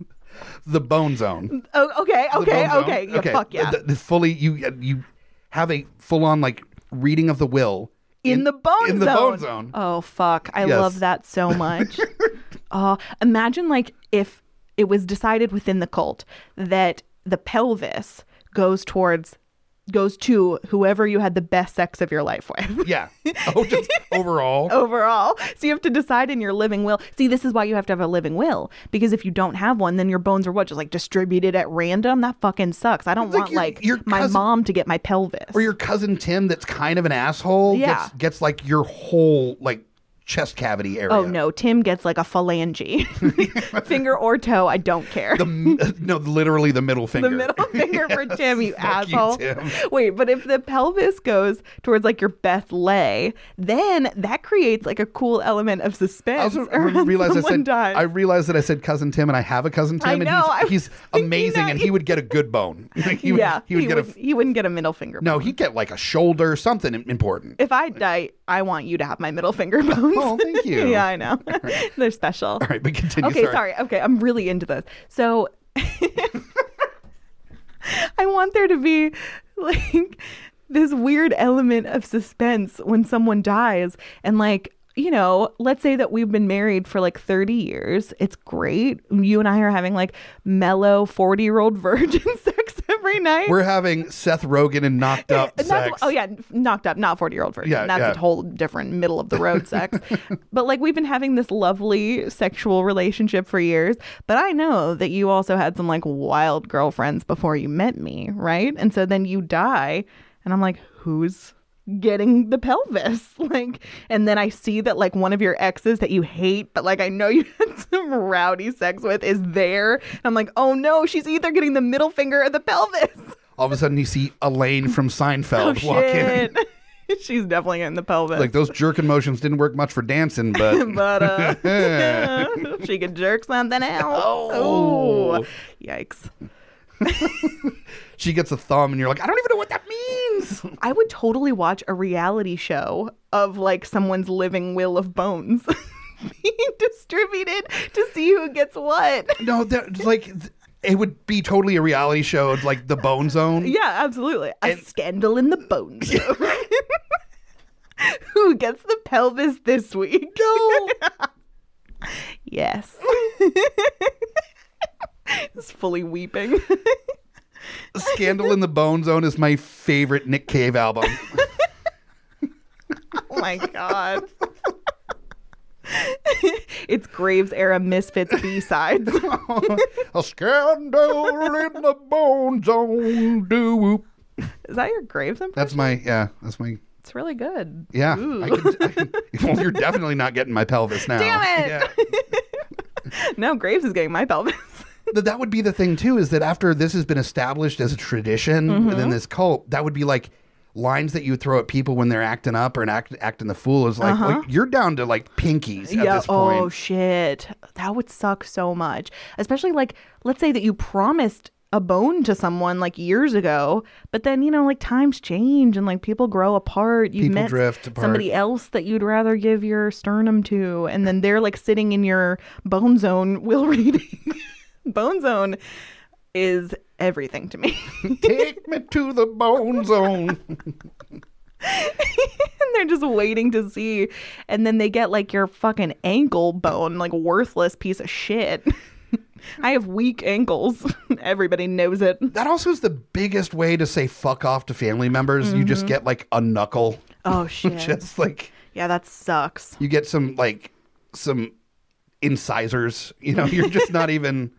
S1: the bone zone.
S2: oh, okay,
S1: the
S2: okay,
S1: bone zone.
S2: okay. Yeah, fuck yeah.
S1: The- the fully, you you have a full on like reading of the will
S2: in, the bone
S1: in
S2: zone.
S1: the bone zone.
S2: Oh fuck, I
S1: Yes.
S2: love that so much. oh, imagine like if it was decided within the cult that the pelvis goes towards goes to whoever you had the best sex of your life with.
S1: Yeah. Oh, just overall.
S2: Oh. Overall, so you have to decide in your living will. See, this is why you have to have a living will because if you don't have one, then your bones are what just like distributed at random. That fucking sucks. I don't
S1: like
S2: want
S1: your-
S2: like
S1: your
S2: my
S1: cousin-
S2: mom to get my pelvis.
S1: Or your cousin Tim, that's kind of an asshole.
S2: Yeah.
S1: Gets, gets like your whole like chest cavity area.
S2: Oh no, Tim gets like a phalange. finger or toe, I don't care.
S1: The
S2: The,
S1: m- no, literally the middle finger.
S2: middle finger for Tim, you
S1: Fuck you,
S2: asshole.
S1: Tim.
S2: Wait, but if the pelvis goes towards like your best lay, then that creates like a cool element of
S1: I
S2: suspense.
S1: also
S2: around
S1: realized I
S2: someone
S1: said
S2: dies.
S1: I realized that I said cousin Tim, and I have a cousin Tim,
S2: I
S1: and
S2: know, I was
S1: he's, he's
S2: thinking
S1: amazing,
S2: that
S1: and he would get a good bone. Like, he would,
S2: yeah,
S1: he would get a f-
S2: he wouldn't get a middle finger.
S1: no, he'd get like a shoulder, something im- important.
S2: If I die, I want you to have my middle finger bones.
S1: Oh, thank you.
S2: yeah, I know. They're special.
S1: All right, but continue.
S2: Okay, sorry. Okay, I'm really into this. So I want there to be like this weird element of suspense when someone dies and like you know, let's say that we've been married for like 30 years. It's great. You and I are having like mellow 40 year old virgin sex every night.
S1: We're having Seth Rogen and knocked up
S2: And that's-
S1: sex.
S2: oh yeah, n- knocked up, not forty year old virgin.
S1: Yeah,
S2: that's
S1: yeah.
S2: a whole different middle of the road sex. But like we've been having this lovely sexual relationship for years. But I know that you also had some like wild girlfriends before you met me, right? And so then you die, and I'm like, who's getting the pelvis like and then i see that like one of your exes that you hate but like i know you had some rowdy sex with is there and i'm like oh no she's either getting the middle finger or the pelvis
S1: All of a sudden, you see Elaine from Seinfeld
S2: Oh,
S1: walk in.
S2: shit. She's definitely in the pelvis.
S1: Like those jerking motions didn't work much for dancing, but
S2: but uh, she could jerk something out.
S1: Oh.
S2: Ooh. Yikes.
S1: she gets a thumb, and you're like, I don't even know what that means.
S2: I would totally watch a reality show of like someone's living will of bones being distributed to see who gets what.
S1: No, that like th- it would be totally a reality show of, like the Bone Zone.
S2: Yeah, absolutely. A
S1: And-
S2: scandal in the bones. Who gets the pelvis this week? No. yes. Just fully weeping.
S1: Scandal in the Bone Zone is my favorite Nick Cave album.
S2: oh my god. it's Graves era Misfits B sides.
S1: a scandal in the Bone Zone. Doo whoop.
S2: Is that your Graves? impression?
S1: That's my yeah. That's my
S2: It's really good.
S1: yeah.
S2: Ooh.
S1: I can, I can- well, you're definitely not getting my pelvis now.
S2: Damn
S1: Yeah.
S2: it. no, Graves is getting my pelvis.
S1: Th- that would be the thing too is that after this has been established as a tradition within this cult that would be like lines that you would throw at people when they're acting up or an act, acting the fool is like, like, you're down to like pinkies at this point
S2: Oh shit. That would suck so much. Especially like let's say that you promised a bone to someone like years ago, but then you know like times change and like people grow apart. You
S1: People
S2: met
S1: drift apart.
S2: somebody else that you'd rather give your sternum to, and then they're like sitting in your bone zone will reading. bone zone is everything to me.
S1: take me to the bone zone
S2: and they're just waiting to see and then they get like your fucking ankle bone like worthless piece of shit i have weak ankles everybody knows it
S1: that also is the biggest way to say fuck off to family members you just get like a knuckle
S2: oh shit
S1: just like
S2: yeah that sucks
S1: you get some like some incisors you know you're just not even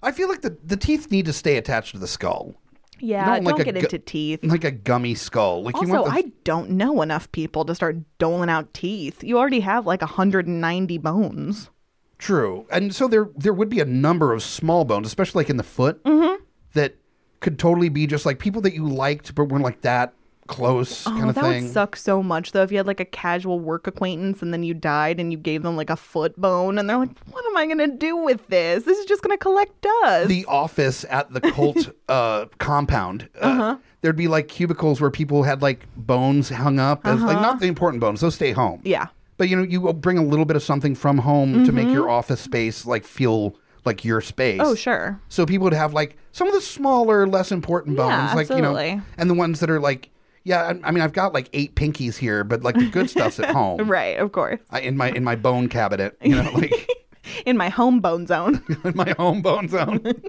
S1: i feel like the, the teeth need to stay attached to the skull
S2: yeah
S1: don't
S2: don't,
S1: like a
S2: get
S1: gu-
S2: into teeth
S1: like a gummy skull. Like you
S2: also
S1: want the,
S2: i don't know enough people to start doling out teeth you already have like 190 bones
S1: true, and so there there would be a number of small bones, especially like in the foot,
S2: Mm-hmm.
S1: that could totally be just like people that you liked but weren't like that close kind
S2: oh,
S1: of
S2: that
S1: thing.
S2: would suck so much though if you had like a casual work acquaintance and then you died and you gave them like a foot bone and they're like, what am I gonna do with this? This is just gonna collect dust.
S1: The office at the cult uh, compound. Uh,
S2: Uh-huh.
S1: There'd be like cubicles where people had like bones hung up, as, like not the important bones. Those stay home.
S2: Uh-huh. yeah.
S1: But you know, you bring a little bit of something from home to make your office space like feel like your space.
S2: Mm-hmm. Oh sure.
S1: So people would have like some of the smaller, less important bones,
S2: Yeah,
S1: like you
S2: absolutely.
S1: know, and the ones that are like, yeah, I, I mean, I've got like eight pinkies here, but like the good stuff's at home,
S2: Right, of course.
S1: I, in my in my bone cabinet, you know, like
S2: In my home bone zone.
S1: in my home bone zone,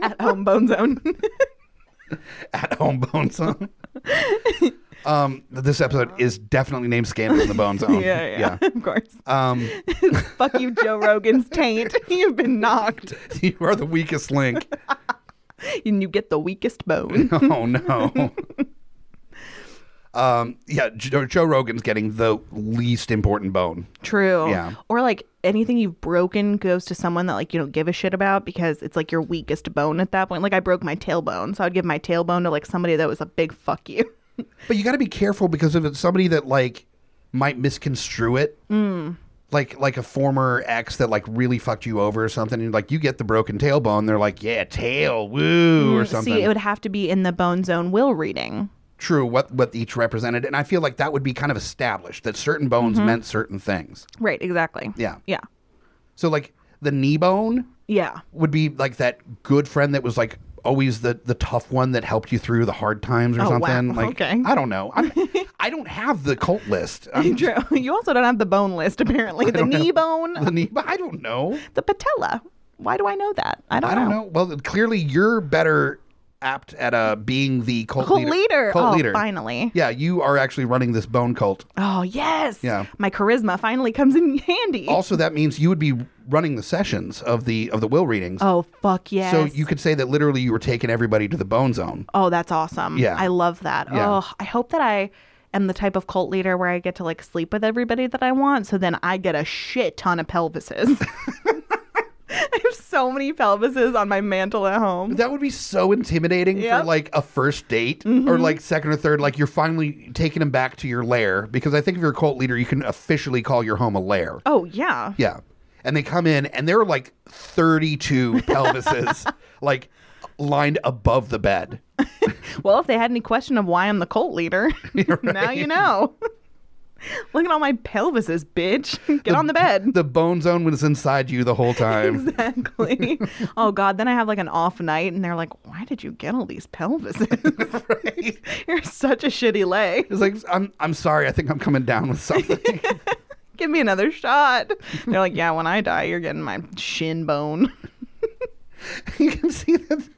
S2: At home bone zone.
S1: at home bone zone. Um, this episode is definitely named "Scandal in the Bone Zone."
S2: yeah, yeah, Of course.
S1: yeah. Um,
S2: Fuck you, Joe Rogan's taint. You've been knocked.
S1: you are the weakest link.
S2: And you get the weakest bone.
S1: Oh no. Um, yeah, Joe, Joe Rogan's getting the least important bone.
S2: True.
S1: Yeah.
S2: Or like anything you've broken goes to someone that like you don't give a shit about because it's like your weakest bone at that point. Like I broke my tailbone, so I'd give my tailbone to like somebody that was a big fuck you.
S1: But you got to be careful because if it's somebody that like might misconstrue it,
S2: Mm.
S1: like like a former ex that like really fucked you over or something, and like you get the broken tailbone, they're like, yeah, tail, woo, or something.
S2: Mm, See, it would have to be in the bone zone will reading.
S1: True, what what each represented, and I feel like that would be kind of established that certain
S2: Mm-hmm.
S1: bones meant certain things.
S2: Right, exactly.
S1: Yeah.
S2: Yeah.
S1: So like the knee bone
S2: Yeah.
S1: would be like that good friend that was like always the the tough one that helped you through the hard times or
S2: Oh, wow.
S1: something. Like
S2: Okay.
S1: I don't know. I'm, I don't have the cult list. I'm,
S2: True. You also don't have the bone list apparently. The
S1: don't
S2: knee
S1: have-
S2: bone,
S1: the knee, I don't know.
S2: the patella. Why do I know that? I don't,
S1: I don't know. Well, clearly you're better apt at uh, being the cult,
S2: Cult
S1: leader.
S2: leader.
S1: Cult
S2: oh,
S1: leader.
S2: finally.
S1: Yeah, you are actually running this bone cult.
S2: Oh, yes.
S1: Yeah.
S2: My charisma finally comes in handy.
S1: Also, that means you would be running the sessions of the of the will readings.
S2: oh, fuck yes.
S1: So you could say that literally you were taking everybody to the bone zone.
S2: Oh, that's awesome.
S1: Yeah.
S2: I love that.
S1: Yeah.
S2: Oh, I hope that I am the type of cult leader where I get to like sleep with everybody that I want. So then I get a shit ton of pelvises. I have so many pelvises on my mantle at home.
S1: That would be so intimidating for
S2: Yep. Mm-hmm.
S1: like a first date or like second or third. Like you're finally taking them back to your lair because I think if you're a cult leader, you can officially call your home a lair.
S2: Oh, yeah.
S1: Yeah. And they come in and there are like 32 pelvises like lined above the bed.
S2: Well, if they had any question of why I'm the cult leader, now you know. Look at all my pelvises, bitch. Get on the bed.
S1: The bone zone was inside you the whole time.
S2: Exactly. oh God. Then I have like an off night, and they're like, "Why did you get all these pelvises?
S1: Right?
S2: You're such a shitty lay.
S1: It's like I'm I'm sorry. I think I'm coming down with something.
S2: Give me another shot." They're like, "Yeah, when I die, you're getting my shin bone."
S1: you can see that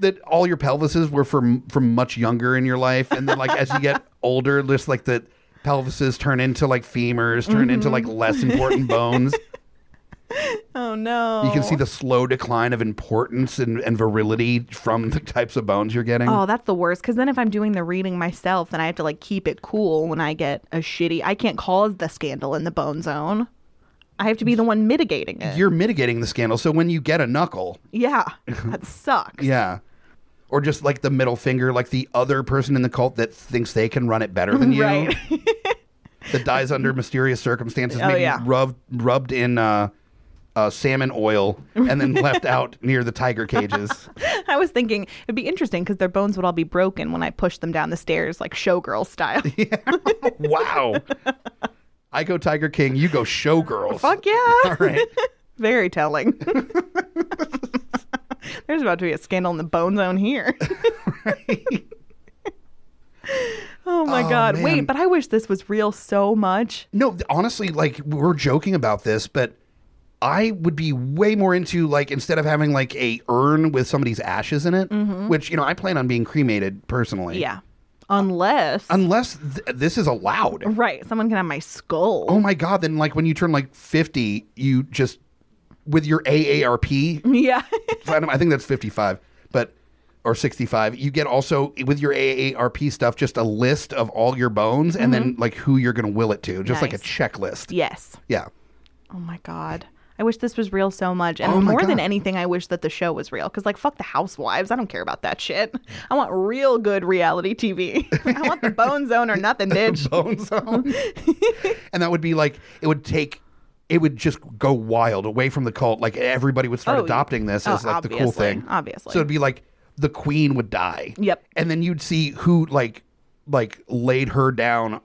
S1: that all your pelvises were from from much younger in your life, and then like as you get older, just like the pelvises turn into like femurs, turn into like
S2: Mm-hmm.
S1: less important bones.
S2: Oh no.
S1: You can see the slow decline of importance and, and virility from the types of bones you're getting.
S2: Oh, that's the worst. Because then if I'm doing the reading myself, then I have to like keep it cool when I get a shitty. I can't cause the scandal in the bone zone. I have to be the one mitigating it.
S1: You're mitigating the scandal. So when you get a knuckle,
S2: yeah, that sucks.
S1: yeah. Or just like the middle finger, like the other person in the cult that thinks they can run it better than you.
S2: Right.
S1: that dies under mysterious circumstances,
S2: Oh,
S1: maybe
S2: yeah.
S1: rubbed rubbed in uh, uh, salmon oil and then left out near the tiger cages.
S2: I was thinking it'd be interesting because their bones would all be broken when I pushed them down the stairs, like showgirl style.
S1: wow. I go Tiger King, you go Showgirls.
S2: Fuck yeah.
S1: All right.
S2: Very telling. There's about to be a scandal in the bone zone here. oh my
S1: Oh,
S2: god.
S1: man.
S2: Wait, but I wish this was real so much.
S1: No, th- honestly, like we're joking about this, but I would be way more into like instead of having like a urn with somebody's ashes in it, which you know I plan on being cremated personally.
S2: Mm-hmm. Yeah. Unless
S1: Unless th- this is allowed.
S2: Right. Someone can have my skull.
S1: Oh my god! Then like when you turn like fifty, you just with your AARP.
S2: Yeah.
S1: I don't- I think that's fifty-five, but or sixty-five. You get also with your AARP stuff just a list of all your bones and then like who you're gonna will it to, just like a
S2: Mm-hmm. Nice.
S1: checklist.
S2: yes.
S1: Yeah.
S2: Oh my god. I wish this was real so much. And
S1: Oh my
S2: more than
S1: God.
S2: anything, I wish that the show was real. Because, like, fuck the housewives. I don't care about that shit. I want real good reality TV. I want the bone zone or nothing, bitch.
S1: Bone Zone. and that would be like it would take it would just go wild away from the cult. Like everybody would start
S2: Oh,
S1: adopting this
S2: oh,
S1: as like the cool
S2: obviously,
S1: thing.
S2: obviously.
S1: So it'd be like the queen would die.
S2: Yep.
S1: And then you'd see who like like laid her down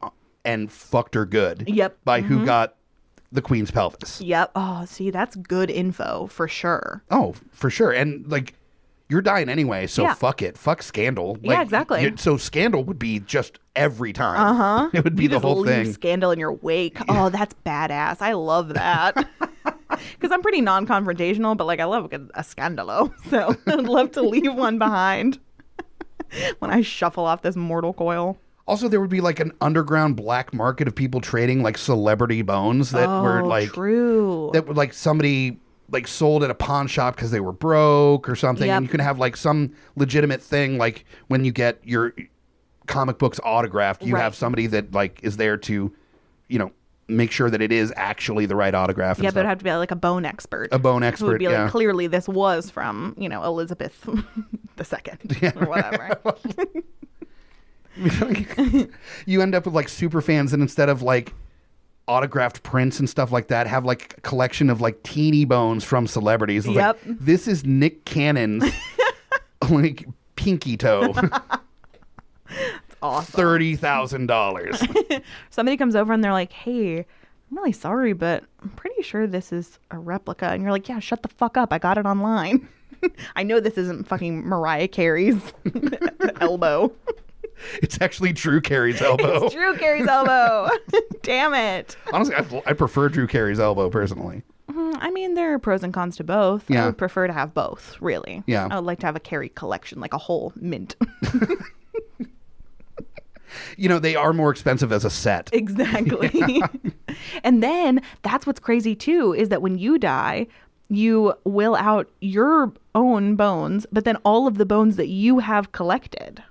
S1: and fucked her good.
S2: Yep. Mm-hmm.
S1: By who got the queen's pelvis.
S2: Yep. Oh, see, that's good info for sure.
S1: Oh, for sure. And like you're dying anyway, so
S2: Yeah.
S1: fuck it. Fuck scandal.
S2: Yeah,
S1: Like,
S2: exactly.
S1: you- so scandal would be just every time. Uh huh. It would be
S2: You
S1: the
S2: just
S1: whole
S2: leave
S1: thing.
S2: Scandal in your wake. Oh, that's badass. I love that. Because I'm pretty non-confrontational, but like I love a, a scandalo, so I'd love to leave one behind when I shuffle off this mortal coil.
S1: Also, there would be like an underground black market of people trading like celebrity bones that were
S2: Oh,
S1: like
S2: true.
S1: that were like somebody like sold at a pawn shop because they were broke or something.
S2: Yep.
S1: And you can have like some legitimate thing like when you get your comic books autographed, you
S2: Right.
S1: have somebody that like is there to, you know, make sure that it is actually the right autograph. And
S2: yeah, but
S1: stuff.
S2: it'd have to be like a bone expert.
S1: a bone
S2: Who would
S1: expert.
S2: be
S1: yeah.
S2: like, clearly this was from you know Elizabeth the second or whatever.
S1: you end up with like super fans and instead of like autographed prints and stuff like that have like a collection of like teeny bones from celebrities It's like,
S2: Yep.
S1: this is nick cannon's like pinky toe
S2: awesome.
S1: $30000
S2: somebody comes over and they're like, "Hey, I'm really sorry, but I'm pretty sure this is a replica." And you're like, "Yeah, shut the fuck up. I got it online. I know this isn't fucking Mariah Carey's elbow.
S1: it's actually drew carey's elbow
S2: Drew Carey's elbow. Damn it.
S1: honestly I, I prefer drew carey's elbow personally
S2: Mm, I mean, there are pros and cons to both.
S1: Yeah.
S2: I would prefer to have both, really.
S1: Yeah.
S2: I would like to have a Carey collection, like a whole mint.
S1: you know they are more expensive as a set
S2: Exactly. and then that's what's crazy too is that when you die, you will out your own bones, but then all of the bones that you have collected.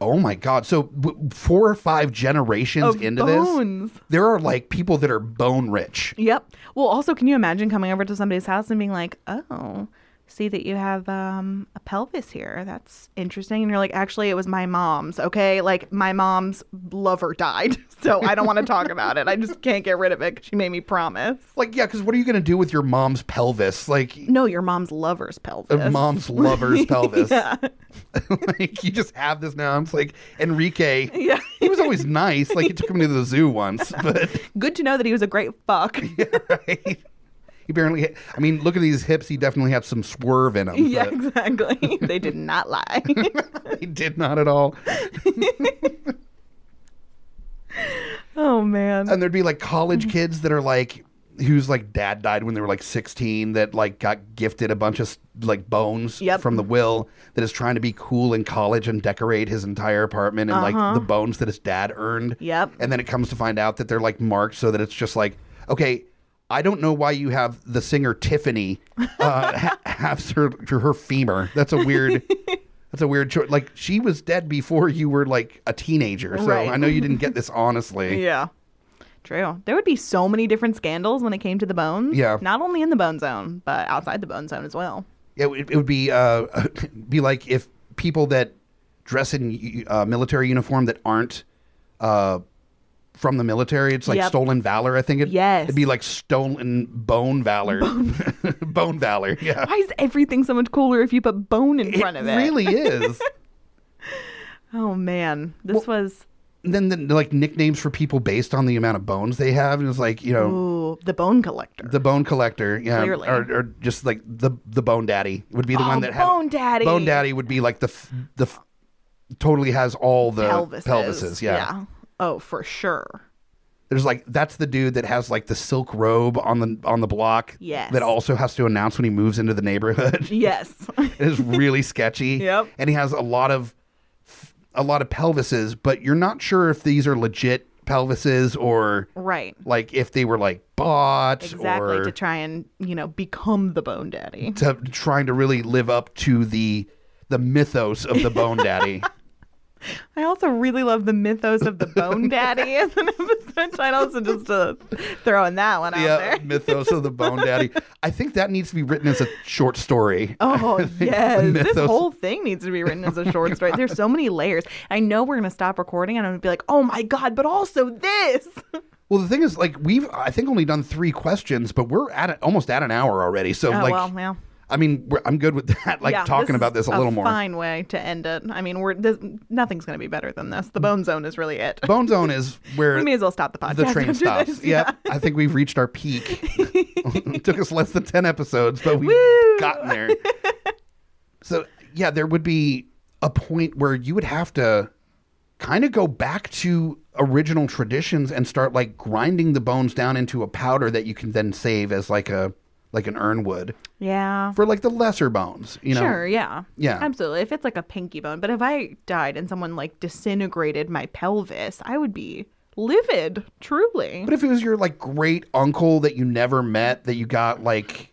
S1: oh my god so w- four or five generations
S2: Of
S1: into
S2: bones.
S1: this there are like people that are bone rich
S2: Yep. Well, also, can you imagine coming over to somebody's house and being like, "Oh, see that you have um, a pelvis here. That's interesting. And you're like, actually, it was my mom's. Okay. Like, my mom's lover died. So I don't want to talk about it. I just can't get rid of it 'cause she made me promise.
S1: Like, yeah, because what are you going to do with your mom's pelvis? Like,
S2: No, your mom's lover's pelvis.
S1: a mom's lover's pelvis.
S2: Yeah.
S1: like, you just have this now. It's like Enrique.
S2: Yeah.
S1: He was always nice. Like, he took him to the zoo once, but
S2: Good to know that he was a great fuck.
S1: right? He apparently, I mean, look at these hips. He definitely had some swerve in them.
S2: yeah, exactly. they did not lie.
S1: But he did not at all.
S2: oh, man. Mm-hmm.
S1: And there'd be like college kids that are like, whose like dad died when they were like 16 that like got gifted a bunch of like bones
S2: Yep.
S1: from the will that is trying to be cool in college and decorate his entire apartment and like the bones that his dad earned.
S2: Uh-huh. Yep.
S1: And then it comes to find out that they're like marked so that it's just like, okay, I don't know why you have the singer Tiffany uh, ha- have her her femur. That's a weird. That's a weird choice. Like she was dead before you were like a teenager, so
S2: Right.
S1: I know you didn't get this honestly.
S2: Yeah. True. There would be so many different scandals when it came to the bones.
S1: Yeah.
S2: Not only in the bone zone, but outside the bone zone as well.
S1: It, would- it would be uh, be like if people that dress in uh, military uniform that aren't uh, from the military, it's like
S2: Yep.
S1: stolen valor. I think it,
S2: Yes.
S1: it'd be like stolen bone valor, bone valor. Yeah,
S2: Why is everything so much cooler if you put bone in front of it?
S1: really is.
S2: Oh man, this was
S1: And then the, like nicknames for people based on the amount of bones they have, and it's like you know
S2: ooh, the bone collector.
S1: the bone collector, yeah,
S2: Clearly.
S1: or, or just like the the bone daddy would be the one
S2: Oh,
S1: that
S2: Bone
S1: had,
S2: Daddy.
S1: Bone daddy would be like the f- the f- totally has all the
S2: pelvises.
S1: pelvises. yeah.
S2: Oh, for sure.
S1: There's like that's the dude that has like the silk robe on the on the block.
S2: Yes.
S1: That also has to announce when he moves into the neighborhood.
S2: Yes.
S1: it is really sketchy.
S2: Yep.
S1: And he has a lot of a lot of pelvises, but you're not sure if these are legit pelvises or
S2: right.
S1: like if they were like bought
S2: Exactly
S1: or
S2: to try and, you know, become the bone daddy.
S1: to trying to really live up to the the mythos of the bone daddy.
S2: I also really love the mythos of the bone daddy as an episode title, so just uh, throwing that one out
S1: yeah,
S2: there.
S1: mythos of the bone daddy. I think that needs to be written as a short story.
S2: Oh yes, this
S1: mythos-
S2: whole thing needs to be written as a short story. There's so many layers. I know we're gonna stop recording, and I'm gonna be like, "Oh my god!" But also this.
S1: Well, the thing is, like, we've I think only done three questions, but we're at a, almost at an hour already. So,
S2: Oh
S1: like,
S2: well, yeah.
S1: I mean, we're, I'm good with that. Like
S2: yeah,
S1: talking
S2: is
S1: about this a, little more.
S2: Fine way to end it. I mean, we're this, nothing's gonna be better than this. The bone zone is really it.
S1: Bone Zone is where
S2: We may as well stop the podcast.
S1: the train
S2: after
S1: stops.
S2: this,
S1: Yep, I think we've reached our peak. it took us less than ten episodes, but we've
S2: Woo!
S1: gotten there. so, yeah, there would be a point where you would have to kind of go back to original traditions and start like grinding the bones down into a powder that you can then save as like a like an urn would.
S2: Yeah.
S1: for like the lesser bones, you know.
S2: Sure, yeah.
S1: Yeah.
S2: Absolutely. If it's like a pinky bone, but if I died and someone like disintegrated my pelvis, I would be livid, truly.
S1: But if it was your like great uncle that you never met that you got like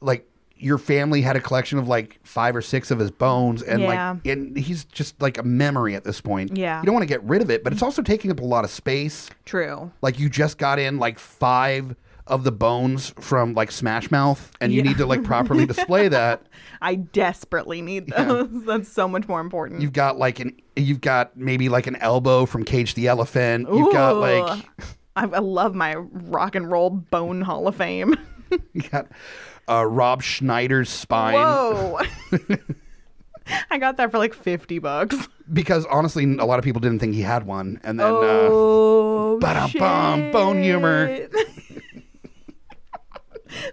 S1: like your family had a collection of like five or six of his bones and
S2: Yeah.
S1: like and he's just like a memory at this point.
S2: Yeah.
S1: You don't want to get rid of it, but it's also taking up a lot of space.
S2: True.
S1: Like you just got in like five of the bones from like Smash Mouth and you
S2: Yeah.
S1: need to like properly display that.
S2: I desperately need those. That's so much more important.
S1: You've got like an you've got maybe like an elbow from Cage the Elephant. You've got
S2: Ooh.
S1: like
S2: I, I love my rock and roll bone hall of fame.
S1: You got uh, Rob Schneider's spine
S2: Whoa. I got that for like 50 bucks.
S1: because honestly, a lot of people didn't think he had one, and then uh,
S2: oh,
S1: ba-dum-bum, bone humor.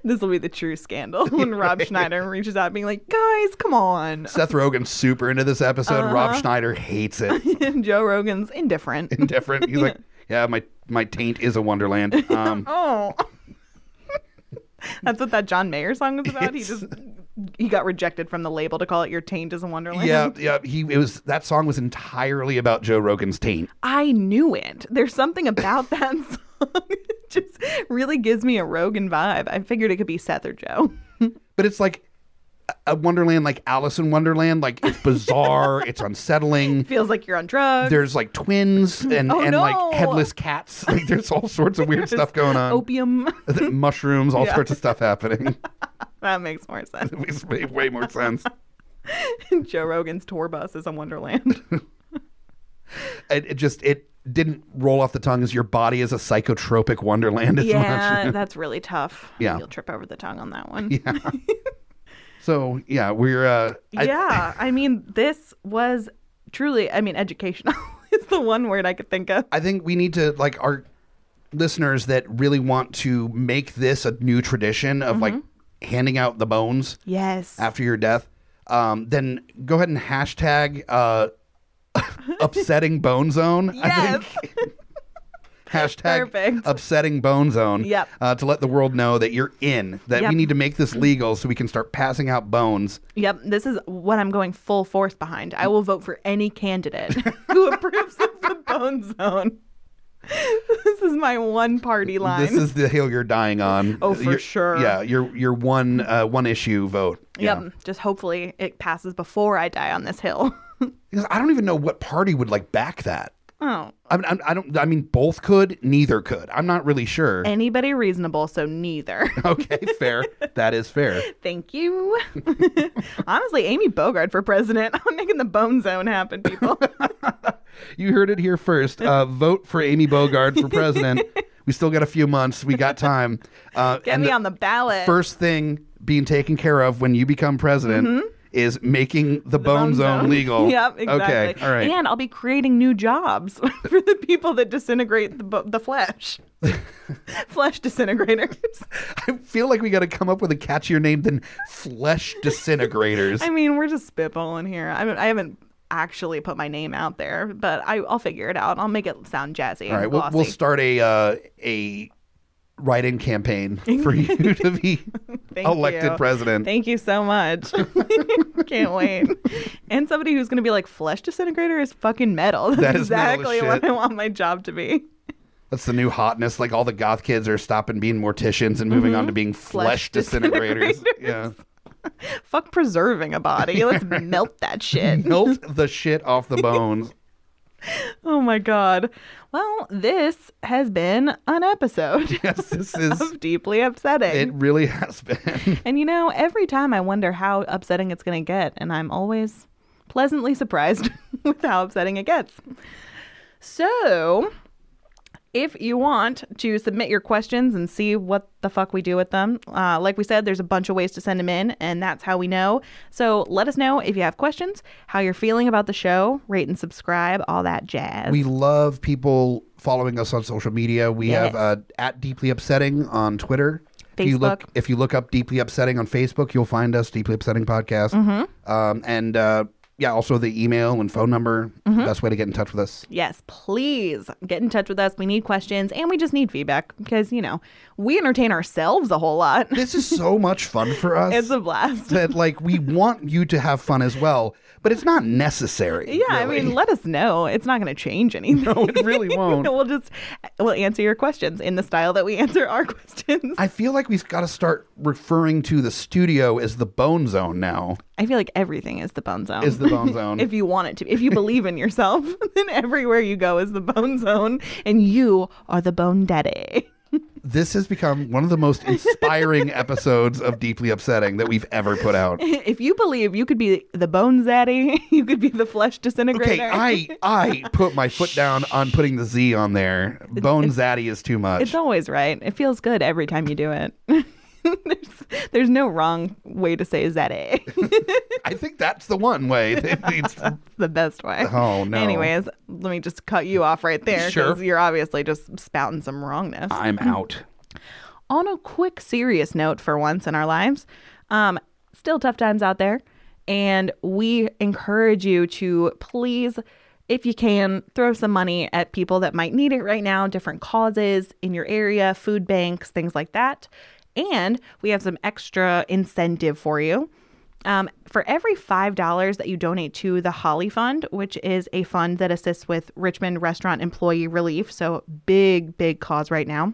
S2: this will be the true scandal when Rob Schneider reaches out being like, guys, come on.
S1: Seth Rogen's super into this episode. Rob
S2: Uh-huh.
S1: Schneider hates it.
S2: Joe Rogan's indifferent.
S1: Indifferent. He's like, yeah, my my taint is a wonderland. Um,
S2: oh. That's what that John Mayer song was about. He
S1: It's-
S2: just he got rejected from the label to call it Your Taint is a Wonderland.
S1: yeah, yeah. He it was that song was entirely about Joe Rogan's taint.
S2: I knew it. There's something about that song. it just really gives me a Rogan vibe. I figured it could be Seth or Joe.
S1: But it's like a- a Wonderland, like Alice in Wonderland. Like it's bizarre. it's unsettling.
S2: Feels like you're on drugs.
S1: There's like twins and,
S2: Oh,
S1: and
S2: no.
S1: like headless cats. Like there's all sorts of weird stuff going on.
S2: opium.
S1: mushrooms, all
S2: Yeah.
S1: sorts of stuff happening.
S2: That makes more sense.
S1: It makes way- way more sense.
S2: Joe Rogan's tour bus is a wonderland.
S1: It, it just it didn't roll off the tongue as your body is a psychotropic wonderland as much.
S2: yeah, that's really tough.
S1: Yeah.
S2: You'll trip over the tongue on that one.
S1: Yeah. so yeah, we're uh I-
S2: yeah, I mean, this was truly, I mean, educational is the one word I could think of.
S1: I think we need to like our listeners that really want to make this a new tradition of like
S2: Mm-hmm.
S1: handing out the bones
S2: Yes.
S1: after your death. Um, then go ahead and hashtag uh, upsetting bone zone.
S2: Yes.
S1: I think. hashtag
S2: Perfect.
S1: upsetting bone zone.
S2: Yep.
S1: Uh, to let the world know that you're in. That
S2: Yep.
S1: we need to make this legal so we can start passing out bones.
S2: Yep, this is what I'm going full force behind. I will vote for any candidate who approves of the bone zone. this is my one party line.
S1: This is the hill you're dying on.
S2: Oh, for
S1: Your-
S2: sure.
S1: Yeah, your your one uh, one issue vote.
S2: yep,
S1: Yeah.
S2: just hopefully it passes before I die on this hill.
S1: Because I don't even know what party would like back that.
S2: oh,
S1: I mean, I, I don't. I mean, both could, neither could. I'm not really sure.
S2: anybody reasonable, so neither.
S1: okay, fair. That is fair.
S2: Thank you. Honestly, Amy Bogart for president. I'm making the bone zone happen, people.
S1: You heard it here first. Uh, vote for Amy Bogard for president. we still got a few months. We got time. Uh,
S2: Get
S1: and
S2: me
S1: the
S2: on the ballot.
S1: first thing being taken care of when you become president
S2: Mm-hmm.
S1: is making the, bone, zone, legal.
S2: Yep, exactly.
S1: Okay, all right.
S2: And I'll be creating new jobs for the people that disintegrate the, bo- the flesh. flesh disintegrators.
S1: I feel like we got to come up with a catchier name than flesh disintegrators.
S2: I mean, we're just spitballing here. I, mean, I haven't actually put my name out there, but I, I'll figure it out. I'll make it sound jazzy.
S1: All right,
S2: and
S1: we'll,
S2: glossy.
S1: we'll start a uh, a write-in campaign for you to be
S2: Thank
S1: elected
S2: you.
S1: president.
S2: Thank you so much. Can't wait. And somebody who's going to be like, flesh disintegrator is fucking metal. That's
S1: That is metal as
S2: exactly
S1: shit.
S2: what I want my job to be.
S1: That's the new hotness. Like all the goth kids are stopping being morticians and moving on to being flesh,
S2: Mm-hmm. Flesh
S1: disintegrators. Yeah.
S2: Fuck preserving a body. Let's melt that shit.
S1: Melt the shit off the bones.
S2: Oh my god. Well, this has been an episode
S1: Yes, this is
S2: of Deeply Upsetting.
S1: it really has been.
S2: and you know, every time I wonder how upsetting it's going to get, and I'm always pleasantly surprised with how upsetting it gets. So, if you want to submit your questions and see what the fuck we do with them, uh, like we said, there's a bunch of ways to send them in, and that's how we know. So, let us know if you have questions, how you're feeling about the show, rate and subscribe, all that jazz.
S1: We love people following us on social media. We
S2: Yes.
S1: have uh, at Deeply Upsetting on Twitter. If you look,
S2: Facebook.
S1: if you look up Deeply Upsetting on Facebook, you'll find us Deeply Upsetting Podcast.
S2: Mm-hmm.
S1: Um, and uh, yeah, also the email and phone number.
S2: Mm-hmm.
S1: Best way to get in touch with us.
S2: Yes, please get in touch with us. We need questions and we just need feedback because, you know, we entertain ourselves a whole lot.
S1: This is so much fun for us.
S2: It's a blast.
S1: that like we want you to have fun as well, but it's not necessary.
S2: Yeah, I
S1: really.
S2: mean, let us know. It's not going to change anything.
S1: no, it really won't.
S2: we'll just we'll answer your questions in the style that we answer our questions.
S1: I feel like we've got to start referring to the studio as the Bone Zone now.
S2: I feel like everything is the bone zone.
S1: Is the Bone Zone?
S2: if you want it to be. If you believe in yourself, then everywhere you go is the bone zone and you are the bone daddy.
S1: this has become one of the most inspiring episodes of Deeply Upsetting that we've ever put out.
S2: if you believe you could be the bone daddy, you could be the flesh disintegrator.
S1: Okay, I I put my foot down on putting the Z on there. Bone Zaddy is too much.
S2: It's always right. It feels good every time you do it. there's, there's no wrong way to say Zeddy.
S1: I think that's the one way. that it's-
S2: the best way.
S1: Oh, no.
S2: Anyways, let me just cut you off right there
S1: Sure.
S2: because you're obviously just spouting some wrongness.
S1: I'm out.
S2: Uh, On a quick, serious note, for once in our lives, um, still tough times out there, and we encourage you to please. If you can, throw some money at people that might need it right now, different causes in your area, food banks, things like that. And we have some extra incentive for you. Um, for every $5 that you donate to the Holly Fund, which is a fund that assists with Richmond restaurant employee relief, so big, big cause right now.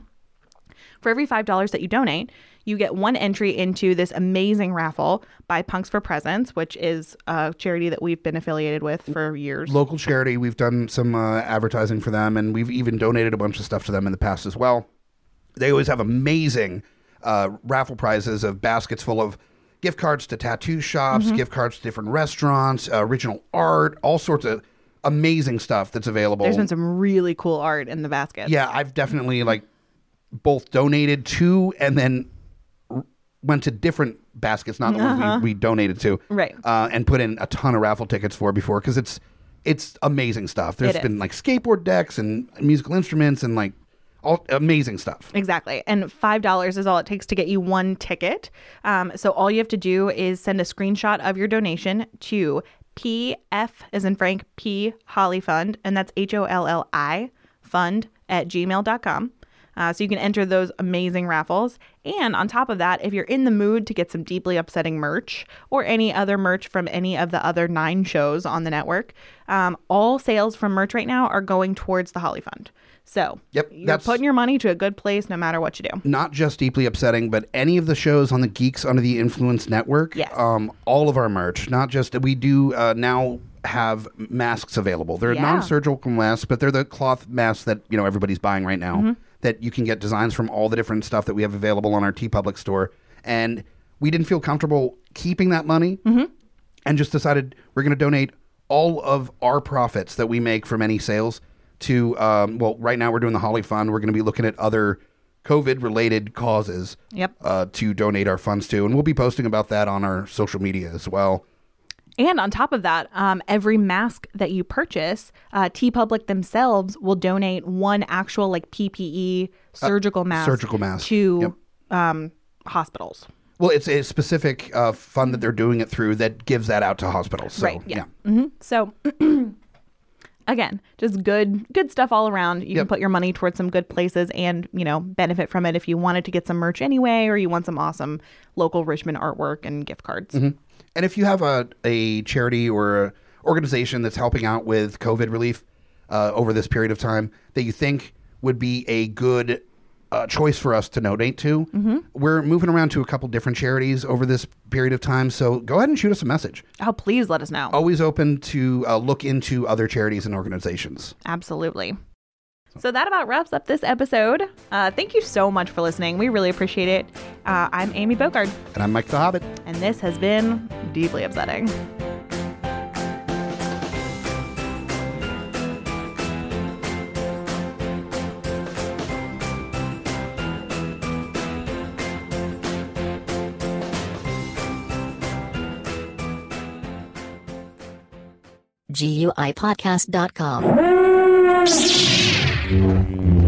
S2: For every $5 that you donate, you get one entry into this amazing raffle by Punks for Presence, which is a charity that we've been affiliated with for years.
S1: local charity. We've done some uh, advertising for them, and we've even donated a bunch of stuff to them in the past as well. They always have amazing uh, raffle prizes of baskets full of gift cards to tattoo shops,
S2: Mm-hmm.
S1: gift cards to different restaurants, uh, original art, all sorts of amazing stuff that's available.
S2: There's been some really cool art in the basket.
S1: yeah, I've definitely like both donated to and then r- went to different baskets, not the ones we, we donated to,
S2: Uh-huh. Right.
S1: Uh, and put in a ton of raffle tickets for before because it's it's amazing stuff. There's
S2: It
S1: been
S2: is.
S1: like skateboard decks and musical instruments and like all amazing stuff.
S2: Exactly. And $5 is all it takes to get you one ticket. Um, so all you have to do is send a screenshot of your donation to PF, as in Frank, P Holly Fund, and that's H O L L I fund at gmail.com. Uh, so you can enter those amazing raffles. And on top of that, if you're in the mood to get some deeply upsetting merch or any other merch from any of the other nine shows on the network, um, all sales from merch right now are going towards the Holly Fund. So
S1: Yep,
S2: you're
S1: that's-
S2: putting your money to a good place no matter what you do.
S1: Not just deeply upsetting, but any of the shows on the Geeks Under the Influence network.
S2: Yes.
S1: Um, all of our merch, not just we do uh, now have masks available. They're
S2: Yeah.
S1: non-surgical masks, but they're the cloth masks that you know everybody's buying right now.
S2: Mm-hmm.
S1: That you can get designs from all the different stuff that we have available on our T Public store, and we didn't feel comfortable keeping that money,
S2: Mm-hmm.
S1: and just decided we're going to donate all of our profits that we make from any sales to. Um, well, right now we're doing the Holly Fund. We're going to be looking at other COVID-related causes
S2: Yep.
S1: uh, to donate our funds to, and we'll be posting about that on our social media as well.
S2: And on top of that, um, every mask that you purchase, uh, T Public themselves will donate one actual like PPE surgical mask,
S1: Uh, surgical mask.
S2: to
S1: Yep.
S2: um, hospitals.
S1: Well, it's a specific uh, fund that they're doing it through that gives that out to hospitals. So,
S2: Right, yeah. Mm-hmm. So again, just good good stuff all around. You can
S1: Yep.
S2: put your money towards some good places and, you know, benefit from it if you wanted to get some merch anyway or you want some awesome local Richmond artwork and gift cards.
S1: Mm-hmm. Hmm. And if you have a, a charity or a organization that's helping out with COVID relief uh, over this period of time that you think would be a good uh, choice for us to donate to,
S2: Mm-hmm.
S1: we're moving around to a couple different charities over this period of time. So go ahead and shoot us a message.
S2: Oh, please let us know.
S1: Always open to uh, look into other charities and organizations.
S2: Absolutely. So that about wraps up this episode. Uh, thank you so much for listening. We really appreciate it. Uh, I'm Amy Bogard,
S1: And I'm Mike the Hobbit.
S2: and this has been deeply upsetting.
S3: GUIPodcast.com.